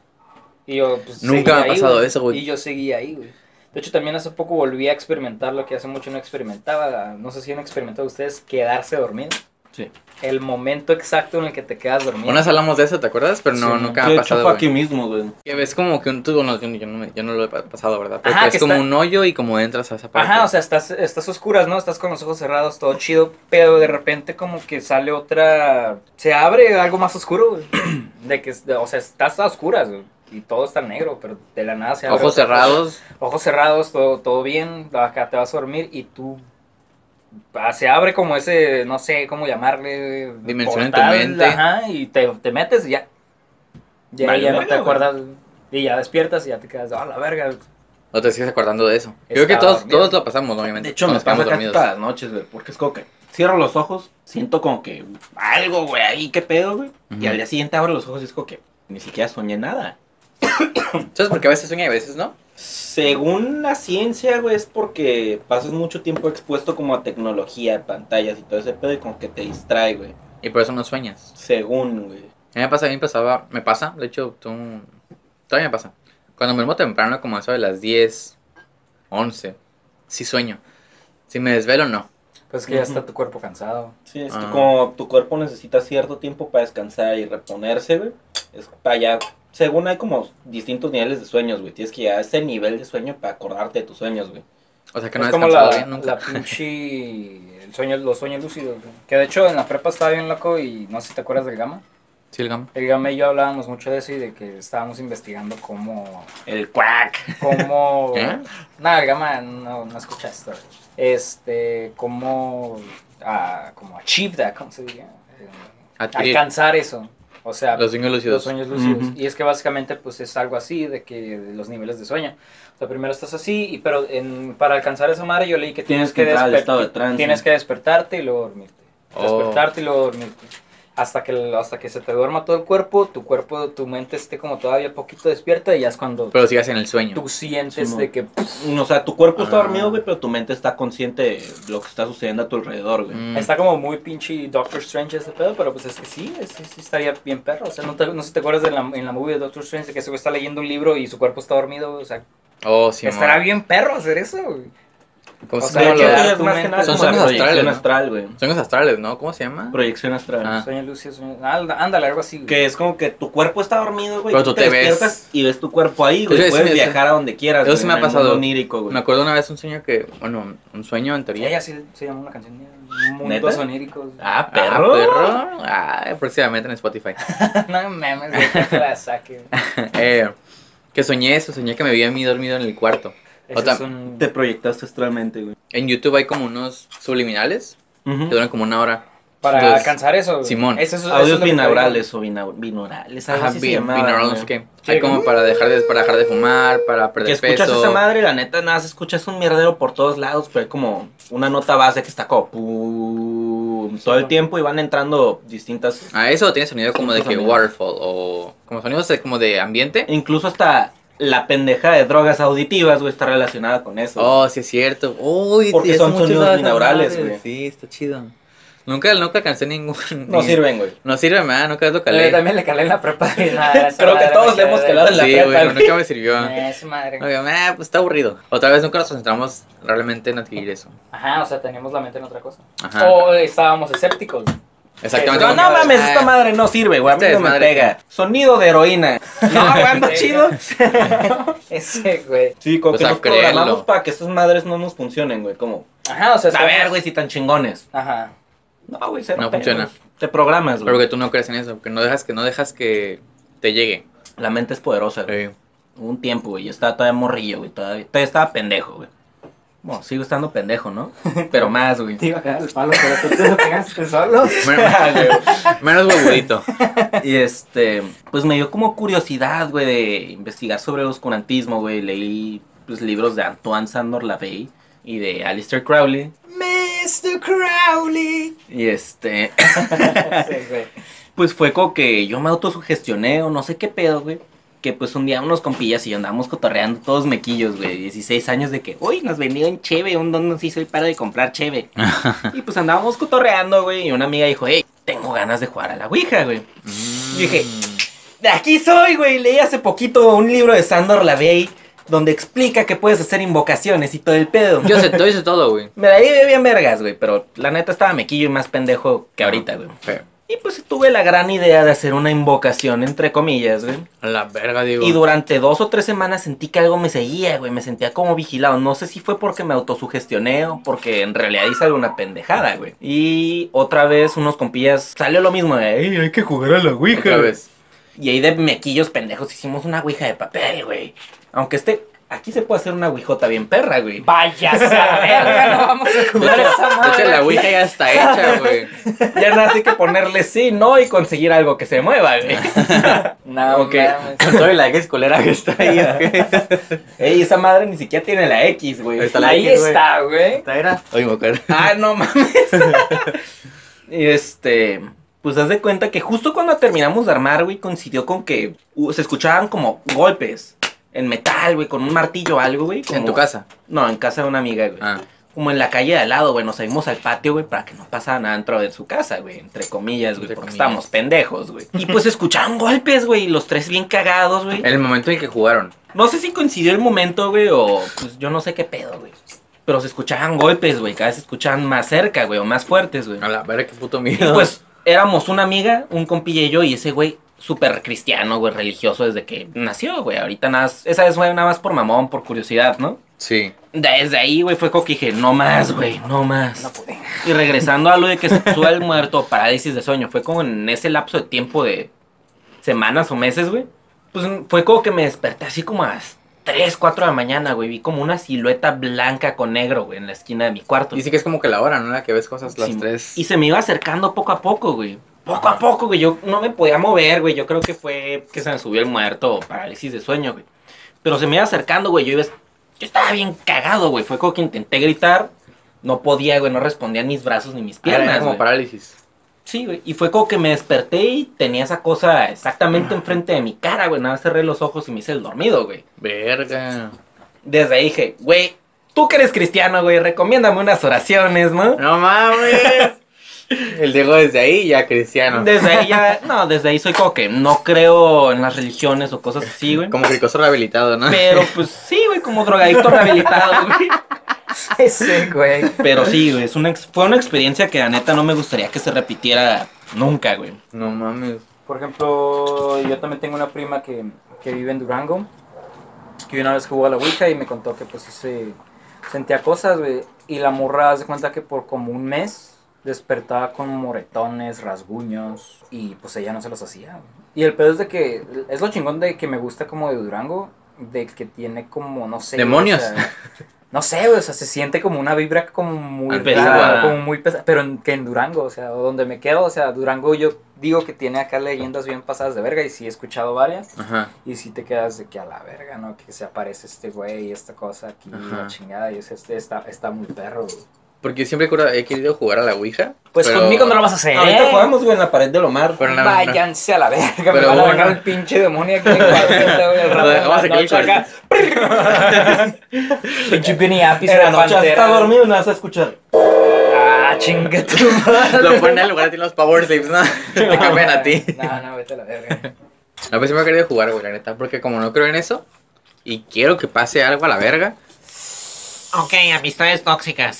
Speaker 2: Y yo, pues,
Speaker 1: Nunca
Speaker 2: seguí
Speaker 1: me ha
Speaker 2: ahí,
Speaker 1: pasado eso, güey.
Speaker 2: Y yo seguía ahí, güey. De hecho, también hace poco volví a experimentar lo que hace mucho no experimentaba. No sé si han experimentado ustedes quedarse dormido.
Speaker 3: Sí.
Speaker 2: El momento exacto en el que te quedas dormido.
Speaker 1: Unas hablamos de eso, ¿te acuerdas? Pero no,
Speaker 2: Sí,
Speaker 1: nunca
Speaker 3: de
Speaker 1: ha
Speaker 3: hecho,
Speaker 1: pasado.
Speaker 3: fue
Speaker 1: güey.
Speaker 3: aquí mismo, güey.
Speaker 1: Que ves como que un tú, bueno, yo, yo no, me- yo no lo he pa- pasado, ¿verdad? Pero
Speaker 2: Ajá,
Speaker 1: es
Speaker 2: que
Speaker 1: como
Speaker 2: está-
Speaker 1: un hoyo y como entras a esa parte.
Speaker 2: Ajá, o sea, estás, estás oscuras, ¿no? Estás con los ojos cerrados, todo chido, pero de repente como que sale otra... Se abre algo más oscuro, güey. De que, o sea, estás a oscuras, güey, Y todo está negro, pero de la nada se abre.
Speaker 1: Ojos
Speaker 2: otra cosa.
Speaker 1: cerrados.
Speaker 2: Ojos cerrados, todo, todo bien, acá te vas a dormir y tú... ah, Se abre como ese, no sé cómo llamarle... güey,
Speaker 1: Dimensión en tu mente.
Speaker 2: Ajá, y te, te metes y ya. Ya,
Speaker 3: Vale,
Speaker 2: ya no te
Speaker 3: verga, güey.
Speaker 2: acuerdas. Y ya despiertas y ya te quedas, ah, la verga.
Speaker 1: No te sigues acordando de eso. Creo que
Speaker 2: Estaba
Speaker 1: todos,
Speaker 2: dormido.
Speaker 1: todos lo pasamos, obviamente.
Speaker 3: De hecho, me
Speaker 1: cuando
Speaker 3: pasa
Speaker 1: estamos
Speaker 3: casi
Speaker 1: dormidos.
Speaker 3: todas las noches, güey. Porque es como que cierro los ojos, siento como que algo, güey, ahí, qué pedo, güey. Y
Speaker 1: Ujú.
Speaker 3: al día siguiente abro los ojos y es como que ni siquiera soñé nada.
Speaker 1: ¿Sabes por qué a veces sueña y a veces no?
Speaker 3: Según la ciencia, güey, es porque pasas mucho tiempo expuesto como a tecnología, pantallas y todo ese pedo y como que te distrae, güey.
Speaker 1: Y por eso no sueñas.
Speaker 3: Según, güey.
Speaker 1: A mí me pasa, a mí me pasaba, me pasa, de hecho, tú, todavía me pasa. Cuando me duermo temprano, como a eso de las 10, 11, sí sueño. Si me desvelo, no.
Speaker 2: Pues que ya
Speaker 3: Ujú.
Speaker 2: está tu cuerpo cansado.
Speaker 3: Sí, es que
Speaker 1: Ah.
Speaker 3: como tu cuerpo necesita cierto tiempo para descansar y reponerse, güey, es para allá. Según hay como distintos niveles de sueños, güey. Tienes que llegar a ese nivel de sueño para acordarte de tus sueños, güey.
Speaker 1: O sea que
Speaker 2: es
Speaker 1: no he
Speaker 2: como
Speaker 1: descansado
Speaker 2: la,
Speaker 1: bien nunca.
Speaker 2: la pinche. El sueño, los sueños lúcidos. güey. Que de hecho en la prepa estaba bien loco y no sé si te acuerdas del Gama.
Speaker 1: Sí, el gama.
Speaker 2: El Gama y yo hablábamos mucho de eso y de que estábamos investigando cómo.
Speaker 3: El cuac.
Speaker 2: cómo
Speaker 1: ¿Eh?
Speaker 2: Nada, el Gama no, no escucha esto. Este. cómo. ah, como achieve that, ¿cómo se diría? Eh,
Speaker 1: Adquirir
Speaker 2: alcanzar eso. O sea,
Speaker 1: los sueños
Speaker 2: los
Speaker 1: lúcidos.
Speaker 2: sueños lúcidos.
Speaker 3: Ujú.
Speaker 2: Y es que básicamente pues es algo así de que de los niveles de sueño. O sea, primero estás así, y, pero en- para alcanzar esa madre yo leí que tienes,
Speaker 3: Tienes que entrar al
Speaker 2: desper-
Speaker 3: estado de trance.
Speaker 2: Tienes que despertarte y luego dormirte.
Speaker 1: Ah, Oh.
Speaker 2: Despertarte y luego dormirte. Hasta que, hasta que se te duerma todo el cuerpo, tu cuerpo, tu mente esté como todavía poquito despierta y ya es cuando
Speaker 1: Pero sigas en el sueño.
Speaker 2: tú sientes
Speaker 3: Simón.
Speaker 2: de que...
Speaker 3: Mm, O sea, tu cuerpo está
Speaker 1: Ah.
Speaker 3: dormido, güey, pero tu mente está consciente de lo que está sucediendo a tu alrededor, güey.
Speaker 1: Mm.
Speaker 2: Está como muy pinche Doctor Strange este pedo, pero pues es que sí, es- sí, sí estaría bien perro. O sea, no, te- no sé si te acuerdas de la, en la movie de Doctor Strange de que se está leyendo un libro y su cuerpo está dormido, o sea,
Speaker 1: Oh, sí,
Speaker 2: Estará
Speaker 1: amor.
Speaker 2: bien perro hacer eso. güey.
Speaker 1: ¿Cómo
Speaker 2: o
Speaker 1: se
Speaker 2: sea,
Speaker 1: llama
Speaker 2: que
Speaker 1: los-
Speaker 2: dar
Speaker 3: Es
Speaker 2: tu
Speaker 3: más que
Speaker 2: mente.
Speaker 3: nada
Speaker 1: Son
Speaker 3: como la
Speaker 1: sueños astrales,
Speaker 3: proyección
Speaker 1: ¿no?
Speaker 3: astral, güey.
Speaker 1: Sueños astrales, ¿no? ¿Cómo se llama?
Speaker 3: Proyección astral.
Speaker 1: Ah.
Speaker 2: Sueño lúcido, sueño... Ánd- Ándale, algo así. güey.
Speaker 3: Que es como que tu cuerpo está dormido, güey.
Speaker 1: Pero tú te ves.
Speaker 3: y ves tu cuerpo ahí,
Speaker 1: Eso
Speaker 3: güey.
Speaker 1: sí
Speaker 3: Puedes
Speaker 1: me-
Speaker 3: viajar a donde quieras.
Speaker 1: eso
Speaker 3: güey,
Speaker 1: sí me
Speaker 3: en
Speaker 1: ha
Speaker 3: el mundo
Speaker 1: pasado.
Speaker 3: onírico, güey.
Speaker 1: Me acuerdo una vez un sueño que, bueno, un sueño en
Speaker 2: Ya,
Speaker 1: teoría.
Speaker 2: ya sí se llama una canción. Mundos
Speaker 3: ¿Neta?
Speaker 2: oníricos.
Speaker 3: Ah,
Speaker 1: Ah,
Speaker 3: perro.
Speaker 1: perro. Ah, próximamente en Spotify.
Speaker 2: no mames, güey, que te la saque. güey.
Speaker 1: Eh, que soñé eso, soñé que me vi a mí dormido en el cuarto.
Speaker 2: Ese
Speaker 1: Otra-
Speaker 2: es un-
Speaker 3: Te proyectaste astralmente, güey.
Speaker 1: En YouTube hay como unos subliminales
Speaker 3: Ujú.
Speaker 1: que duran como una hora.
Speaker 2: Para
Speaker 1: Los-
Speaker 2: alcanzar eso. güey.
Speaker 1: Simón.
Speaker 2: Ese es- eso es lo
Speaker 3: Audios
Speaker 2: que te digo.
Speaker 3: binaurales o bina- binaurales. Algo
Speaker 1: Ajá,
Speaker 3: así se
Speaker 1: bin-
Speaker 3: llamaba,
Speaker 1: binaural,
Speaker 3: güey.
Speaker 1: no sé qué.
Speaker 2: Sí,
Speaker 1: Hay como
Speaker 2: como-
Speaker 1: para dejar de, para dejar de fumar, para
Speaker 3: Que
Speaker 1: perder
Speaker 3: escuchas
Speaker 1: peso.
Speaker 3: esa madre, la neta, nada, se escucha, es un mierdero por todos lados, pero hay como una nota base que está como pum, todo el
Speaker 2: güey.
Speaker 3: tiempo y van entrando distintas,
Speaker 1: A Ah, eso tiene sonido como de que
Speaker 3: Sonidos.
Speaker 1: waterfall o como sonidos de- como de ambiente.
Speaker 3: incluso hasta la pendeja de drogas auditivas, güey, está relacionada con eso.
Speaker 1: Oh, sí es cierto. Uy,
Speaker 3: Porque
Speaker 1: sí,
Speaker 3: son
Speaker 1: es mucho
Speaker 3: sonidos
Speaker 1: esas
Speaker 3: binaurales,
Speaker 1: madres.
Speaker 3: güey.
Speaker 1: Sí, está chido. Nunca, nunca alcancé ningún.
Speaker 3: no Eh,
Speaker 1: ni-
Speaker 3: sirven, güey.
Speaker 1: No sirve, nada, nunca lo
Speaker 2: Yo
Speaker 1: calé.
Speaker 2: también le calé en la prepa. y nada, esa
Speaker 3: Creo que
Speaker 2: madre
Speaker 3: todos
Speaker 2: me
Speaker 3: le hemos
Speaker 2: quedé-
Speaker 3: calado en la
Speaker 1: Sí,
Speaker 3: prepa,
Speaker 1: güey, pero
Speaker 3: güey.
Speaker 1: nunca me sirvió.
Speaker 2: Eh, esa madre.
Speaker 1: Oigan, ah, pues está aburrido. Otra vez nunca nos concentramos realmente en adquirir eso.
Speaker 2: Ajá, o sea, teníamos la mente en otra cosa.
Speaker 1: Ajá.
Speaker 2: O estábamos escépticos. güey.
Speaker 1: Exactamente.
Speaker 3: Oh, No,
Speaker 2: Pero
Speaker 3: no
Speaker 1: como-
Speaker 3: mames,
Speaker 1: Ah,
Speaker 3: esta madre no sirve, güey. A mí
Speaker 1: Esta
Speaker 3: no me
Speaker 1: desmadre,
Speaker 3: pega. Sonido de heroína. No, güey, anda chido.
Speaker 2: Ese, güey.
Speaker 3: Sí, como
Speaker 1: O
Speaker 3: que
Speaker 1: sea,
Speaker 3: nos programamos
Speaker 1: créelo.
Speaker 3: para que estas madres no nos funcionen, güey. Como,
Speaker 2: Ajá, o sea,
Speaker 3: a ver,
Speaker 2: estábamos-
Speaker 3: güey, si tan chingones.
Speaker 2: Ajá.
Speaker 3: No, güey, cero
Speaker 1: No
Speaker 3: pedos.
Speaker 1: funciona.
Speaker 3: Te programas,
Speaker 1: Pero
Speaker 3: güey.
Speaker 1: que tú no crees en eso, porque no dejas que no dejas que te llegue.
Speaker 3: La mente es poderosa, güey. Hubo un tiempo, güey, yo estaba todavía morrillo, güey. Todavía, todavía estaba pendejo, güey. Bueno, sigo estando pendejo, ¿no? Pero más, güey.
Speaker 2: Te iba a cagar el palo, pero tú te lo pegaste solo.
Speaker 1: Men- menos huevudito.
Speaker 3: Y este, pues me dio como curiosidad, güey, de investigar sobre el oscurantismo, güey. Leí, pues, libros de Antoine Sandor Lavey y de Alistair Crowley.
Speaker 2: Mr. Aleister Crowley.
Speaker 3: Y este,
Speaker 2: Sí, güey.
Speaker 3: pues fue como que yo me autosugestioné o no sé qué pedo, güey. Que pues un día unos compillas y andábamos cotorreando todos mequillos, güey. 16 años de que, uy, nos vendieron cheve, un don nos hizo el paro de comprar cheve. y pues andábamos cotorreando, güey. Y una amiga dijo, hey, tengo ganas de jugar a la Ouija, güey. Dije,
Speaker 1: Mm.
Speaker 3: De aquí soy, güey. Leí hace poquito un libro de Sandor Lavey donde explica que puedes hacer invocaciones y todo el pedo.
Speaker 1: Yo sé, yo sé todo, güey.
Speaker 3: Me la llevé bien vergas, güey, pero la neta estaba mequillo y más pendejo que ahorita, güey.
Speaker 1: Feo.
Speaker 3: Y pues tuve la gran idea de hacer una invocación, entre comillas, güey.
Speaker 1: A la verga, digo.
Speaker 3: Y durante dos o tres semanas sentí que algo me seguía, güey. Me sentía como vigilado. No sé si fue porque me autosugestioné o porque en realidad hice alguna pendejada, güey. Y otra vez unos compillas salió lo mismo de, "Ey, hay que jugar a la Ouija.
Speaker 1: Otra vez.
Speaker 3: Y ahí de mequillos pendejos hicimos una ouija de papel, güey. Aunque este. Aquí se puede hacer una ouijota bien perra, güey.
Speaker 2: Váyase a la verga, no vamos a
Speaker 1: De
Speaker 2: jugar a esa
Speaker 1: hecho, de
Speaker 2: madre.
Speaker 1: hecho, la Ouija ya está hecha, güey.
Speaker 3: Ya nada, hay que ponerle sí, no y conseguir algo que se mueva, güey.
Speaker 2: No,
Speaker 1: Ok.
Speaker 2: mames.
Speaker 1: Con todo y la que escolera que está ahí, ok.
Speaker 3: Ey, esa madre ni siquiera tiene la X, güey.
Speaker 1: Ahí está la
Speaker 2: Ahí
Speaker 1: X, güey.
Speaker 2: está, güey.
Speaker 1: ¿Esta era? Oye, me acuerdo.
Speaker 3: Ah, no mames. y este. Pues haz de cuenta que justo cuando terminamos de armar, güey, coincidió con que uh, se escuchaban como golpes en metal, güey, con un martillo o algo, güey.
Speaker 1: En
Speaker 3: como-
Speaker 1: tu casa.
Speaker 3: No, en casa de una amiga, güey.
Speaker 1: Ah.
Speaker 3: como en la calle de al lado, güey, nos salimos al patio, güey, para que no pasara nada dentro de su casa, güey, entre comillas, güey,
Speaker 1: Entre
Speaker 3: porque
Speaker 1: comillas.
Speaker 3: estábamos pendejos, güey. Y pues escucharon golpes, güey, y los tres bien cagados, güey.
Speaker 1: En el momento en que jugaron.
Speaker 3: No sé si coincidió el momento, güey, o pues yo no sé qué pedo, güey. Pero se escuchaban golpes, güey, cada vez se escuchaban más cerca, güey, o más fuertes, güey.
Speaker 1: A la verga, qué puto
Speaker 3: Y
Speaker 1: miedo.
Speaker 3: pues éramos una amiga, un compilla y yo, y ese güey súper cristiano, güey, religioso desde que nació, güey. Ahorita nada, más- esa vez fue nada más por mamón, por curiosidad, ¿no?
Speaker 1: Sí.
Speaker 3: Desde ahí, güey, fue como que dije, no más, güey, no más.
Speaker 2: No pues. pude.
Speaker 3: Y regresando a lo de que se puso el muerto, parálisis de sueño, fue como en ese lapso de tiempo de semanas o meses, güey. Pues mm, fue como que me desperté así como a las 3, 4 de la mañana, güey. Vi como una silueta blanca con negro, güey, en la esquina de mi cuarto.
Speaker 1: Dice que es como que la hora, ¿no? La que ves cosas las
Speaker 3: Sí,
Speaker 1: tres.
Speaker 3: Y se me iba acercando poco a poco, güey. Poco a poco, güey. Yo no me podía mover, güey. Yo creo que fue que se me subió el muerto o parálisis de sueño, güey. Pero se me iba acercando, güey. Yo iba... Yo estaba bien cagado, güey. Fue como que intenté gritar. No podía, güey. No respondían mis brazos ni mis
Speaker 1: Ah, Era-
Speaker 3: piernas,
Speaker 1: era como
Speaker 3: güey.
Speaker 1: parálisis.
Speaker 3: Sí, güey. Y fue como que me desperté y tenía esa cosa exactamente enfrente de mi cara, güey. Nada, más cerré los ojos y me hice el dormido, güey.
Speaker 1: Verga.
Speaker 3: Desde ahí dije, güey, tú que eres cristiano, güey, recomiéndame unas oraciones, ¿no?
Speaker 1: No mames. El Diego desde ahí ya cristiano.
Speaker 3: Desde ahí ya, no, desde ahí soy como que no creo en las religiones o cosas así, güey.
Speaker 1: Como cricoso rehabilitado, ¿no?
Speaker 3: Pero pues sí, güey, como drogadicto rehabilitado, güey.
Speaker 2: Ese, güey.
Speaker 3: Pero sí, güey, es una, ex- fue una experiencia que la neta no me gustaría que se repitiera nunca, güey.
Speaker 1: No mames.
Speaker 2: Por ejemplo, yo también tengo una prima que, que vive en Durango, que una vez jugó a la Ouija y me contó que pues sí se sentía cosas, güey. Y la morra hace cuenta que por como un mes despertaba con moretones, rasguños, y pues ella no se los hacía. güey. Y el pedo es de que, es lo chingón de que me gusta como de Durango, de que tiene como, no sé. güey,
Speaker 1: Demonios.
Speaker 2: o sea, no sé, güey, o sea, se siente como una vibra como muy rara,
Speaker 3: Pesada.
Speaker 2: como muy pesada, pero en- que en Durango, o sea, o donde me quedo, o sea, Durango yo digo que tiene acá leyendas bien pasadas de verga y sí he escuchado varias
Speaker 1: Ajá.
Speaker 2: y sí te quedas de que a la verga, ¿no? Que se aparece este güey y esta cosa aquí,
Speaker 1: Ajá.
Speaker 2: la chingada, y es este, está, está muy perro, güey.
Speaker 1: Porque siempre he cura- he querido jugar a la Ouija.
Speaker 2: Pues
Speaker 1: pero-
Speaker 2: conmigo no lo vas a hacer.
Speaker 3: Ahorita jugamos, güey, en la pared del Omar.
Speaker 1: Pero la-
Speaker 2: Váyanse a la verga, me
Speaker 1: Pero
Speaker 2: van
Speaker 1: bueno.
Speaker 2: a agarrar el pinche demonio aquí. en el cuarto, güey, al
Speaker 1: Lo
Speaker 2: rato en
Speaker 1: dejamos
Speaker 2: la
Speaker 1: aquí en el
Speaker 2: noche acá. Pinche Pini Apis
Speaker 3: En la
Speaker 2: en la
Speaker 3: noche hasta
Speaker 2: pantera.
Speaker 3: dormido no vas a escuchar.
Speaker 2: Ah, chinga tu madre.
Speaker 1: Lo ponen al lugar de los power saves, ¿no? Te cambian a ti.
Speaker 2: No, no, vete a la verga.
Speaker 1: A veces pues me ha querido jugar, güey, la neta. Porque como no creo en eso y quiero que pase algo a la verga.
Speaker 3: Ok, amistades tóxicas.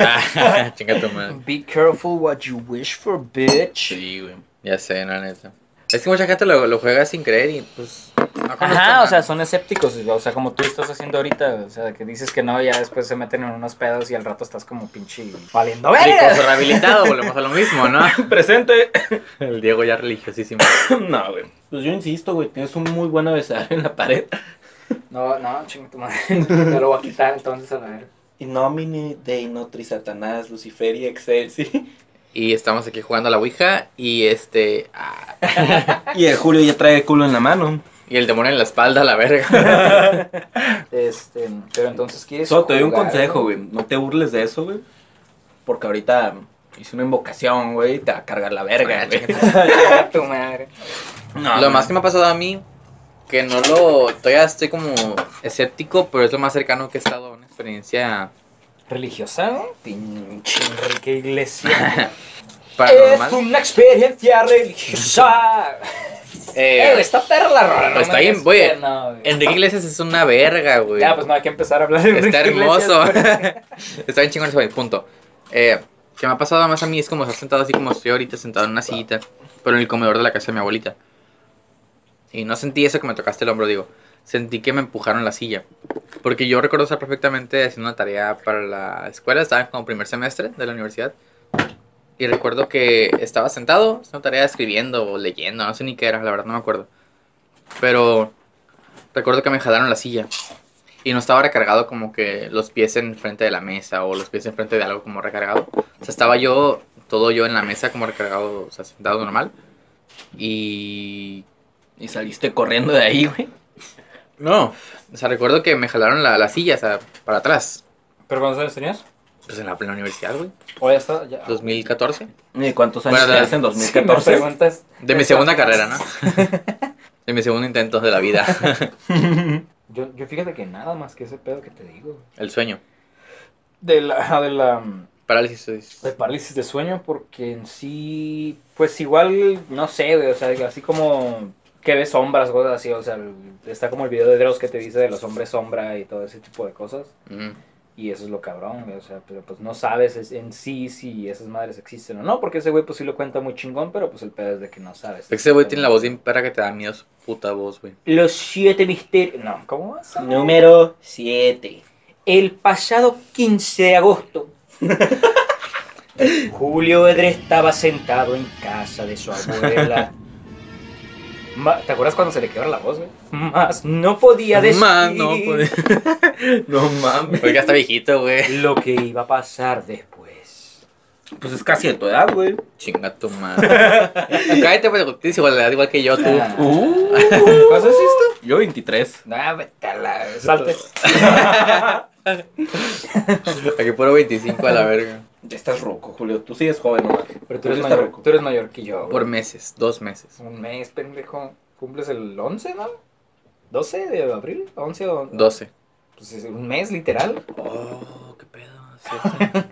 Speaker 1: ah, Chinga tu madre.
Speaker 2: Be careful what you wish for, bitch.
Speaker 3: Sí, güey.
Speaker 1: Ya sé, la neta. Es que mucha gente lo, lo juega sin creer y pues. no conozco
Speaker 2: Ajá, o sea,
Speaker 1: nada.
Speaker 2: son escépticos, o sea, como tú estás haciendo ahorita, o sea, que dices que no, ya después se meten en unos pedos y al rato estás como pinche valiendo
Speaker 1: Cricoso
Speaker 2: verga.
Speaker 1: rehabilitado, volvemos a lo mismo, ¿no?
Speaker 3: Presente.
Speaker 1: El Diego ya religiosísimo.
Speaker 3: no, güey. Pues yo insisto, güey, tienes un muy buen abecedario en la pared.
Speaker 2: No, no, chinga tu madre, me lo voy a quitar entonces a la verga.
Speaker 3: In nomine Dei notri Satanás, Lucifer y Excelsi.
Speaker 1: Y estamos aquí jugando a la Ouija y este. ah,
Speaker 3: Y el Julio ya trae el culo en la mano.
Speaker 1: y el demonio en la espalda, la verga.
Speaker 2: Este, pero entonces quieres
Speaker 3: Solo te doy un
Speaker 2: jugar,
Speaker 3: consejo,
Speaker 2: güey?
Speaker 3: güey. No te burles de eso, güey. Porque ahorita hice una invocación, güey, y te va a cargar la verga, güey.
Speaker 2: Chinga tu madre.
Speaker 3: No,
Speaker 1: lo
Speaker 3: no.
Speaker 1: más que me ha pasado a mí, que no lo. Todavía estoy como escéptico, pero es lo más cercano que he estado a una experiencia
Speaker 2: ¿Religiosa, no? Pinche Enrique Iglesias. Es
Speaker 1: paranormal.
Speaker 2: una experiencia religiosa. Eh,
Speaker 1: Eh,
Speaker 2: güey, está perra la rola, no
Speaker 1: Está
Speaker 2: me
Speaker 1: bien,
Speaker 2: digas
Speaker 1: güey.
Speaker 2: que no, güey.
Speaker 1: Enrique Iglesias es una verga, güey.
Speaker 2: Ya, pues no hay que empezar a hablar de
Speaker 1: Está
Speaker 2: Enrique
Speaker 1: hermoso.
Speaker 2: Iglesias.
Speaker 1: Está bien chingón ese güey, punto. Eh, que me ha pasado más a mí es como estar sentado así como estoy ahorita, sentado en una sillita, pero en el comedor de la casa de mi abuelita. Y no sentí eso que me tocaste el hombro, digo. Sentí que me empujaron la silla. Porque yo recuerdo estar perfectamente haciendo una tarea para la escuela, estaba como primer semestre de la universidad. Y recuerdo que estaba sentado, haciendo tarea escribiendo o leyendo, no sé ni qué era, la verdad no me acuerdo. Pero recuerdo que me jalaron la silla. Y no estaba recargado como que los pies en frente de la mesa o los pies en frente de algo como recargado. O sea, estaba yo, todo yo en la mesa como recargado, o sea, sentado normal. Y...
Speaker 3: Y saliste corriendo de ahí, güey.
Speaker 1: No. O sea, recuerdo que me jalaron la, la silla, o sea, para atrás.
Speaker 2: ¿Pero cuántos años tenías?
Speaker 1: Pues en la plena universidad, güey.
Speaker 2: O ya está, ya.
Speaker 1: 2014.
Speaker 3: ¿Y cuántos años
Speaker 1: Bueno,
Speaker 3: tenías en
Speaker 2: Si me
Speaker 3: 2014?
Speaker 2: preguntas.
Speaker 1: De mi segunda carrera, ¿no? De mi segundo intento de la vida.
Speaker 2: Yo, yo fíjate que nada más que ese pedo que te digo. güey.
Speaker 1: El sueño.
Speaker 2: De la, de la mm,
Speaker 1: Parálisis.
Speaker 2: de parálisis de sueño, porque en sí, pues igual, no sé, güey, o sea, así como que ves sombras, cosas así, o sea, el- está como el video de Dross que te dice de los hombres sombra y todo ese tipo de cosas.
Speaker 1: Mm.
Speaker 2: Y eso es lo cabrón, güey, o sea, pero pues no sabes es- en sí si esas madres existen o no, porque ese güey pues sí lo cuenta muy chingón, pero pues el pedo es de que no sabes.
Speaker 1: Pues Ese güey tiene la voz bien perra que te da miedo su puta voz, güey.
Speaker 2: Los siete misterios. No, ¿cómo vas? a-
Speaker 3: Número 7.
Speaker 2: El pasado 15 de agosto, Julio Edre estaba sentado en casa de su abuela. Ma- ¿Te acuerdas cuando se le quebró la voz, güey? Más no podía decir
Speaker 1: Man, no, pues.
Speaker 3: No mames.
Speaker 1: Porque ya está viejito, güey.
Speaker 2: lo que iba a pasar después.
Speaker 3: Pues es casi de tu edad, güey.
Speaker 1: Chinga tu madre. Cállate, pero tienes igualdad igual que yo, tú.
Speaker 2: Ah.
Speaker 3: Uh,
Speaker 2: ¿Cosa es esto?
Speaker 3: yo 23.
Speaker 2: No, vete a la... Salte.
Speaker 1: Aquí puro 25 a la verga.
Speaker 3: Ya estás roco, Julio. Tú sigues joven, nomás.
Speaker 2: Pero tú eres,
Speaker 3: Julio está
Speaker 2: mayor,
Speaker 3: ruco.
Speaker 2: tú eres mayor que yo.
Speaker 1: Por
Speaker 2: güey.
Speaker 1: meses, dos meses.
Speaker 2: Un mes, pendejo. ¿Cumples el 11, no? ¿12 de abril? ¿11 o...?
Speaker 1: 12.
Speaker 2: Pues es un mes, literal.
Speaker 1: Oh, qué pedo.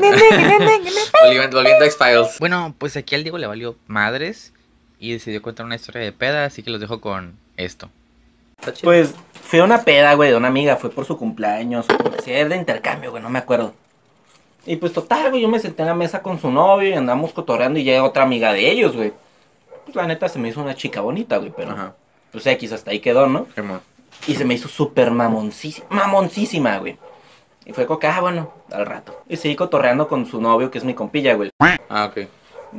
Speaker 2: Pero
Speaker 1: volviendo, volviendo a X-Files. Bueno, pues aquí al Diego le valió madres y decidió contar una historia de peda, así que los dejo con esto. Está chido.
Speaker 3: Pues fue una peda, güey, de una amiga. Fue por su cumpleaños. o por- Sí, era de intercambio, güey, no me acuerdo. Y pues total, güey, yo me senté en la mesa con su novio y andamos cotorreando y llega otra amiga de ellos, güey. Pues la neta se me hizo una chica bonita, güey, pero
Speaker 1: Ajá.
Speaker 3: pues X hasta ahí quedó, ¿no?
Speaker 1: Simón.
Speaker 3: Y se me hizo súper mamoncísima, mamoncísima, güey. Y fue como que, ah, bueno, al rato. Y seguí cotorreando con su novio, que es mi compilla, güey.
Speaker 1: Ah, ok.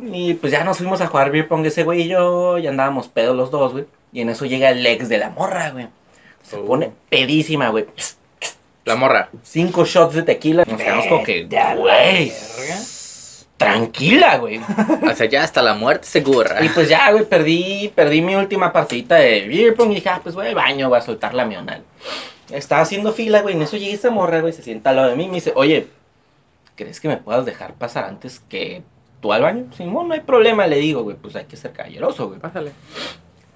Speaker 3: Y pues ya nos fuimos a jugar beer pong ese güey y yo, y andábamos pedos los dos, güey. Y en eso llega el ex de la morra, güey. Se
Speaker 1: Oh.
Speaker 3: pone pedísima, güey.
Speaker 1: La morra.
Speaker 3: Cinco shots de tequila. Nos quedamos como que,
Speaker 2: Vete a la
Speaker 3: güey,
Speaker 2: verga.
Speaker 3: tranquila, güey.
Speaker 1: Hacia allá hasta la muerte segura.
Speaker 3: Y pues ya, güey, perdí, perdí mi última partidita de beer pong y dije, ah, pues voy al baño, voy a soltar la miona. Estaba haciendo fila, güey, en eso llegué esa morra, güey, se sienta al lado de mí y me dice, oye, ¿crees que me puedas dejar pasar antes que tú al baño? Simón, no hay problema, le digo, güey, pues hay que ser caballeroso, güey.
Speaker 1: Pásale.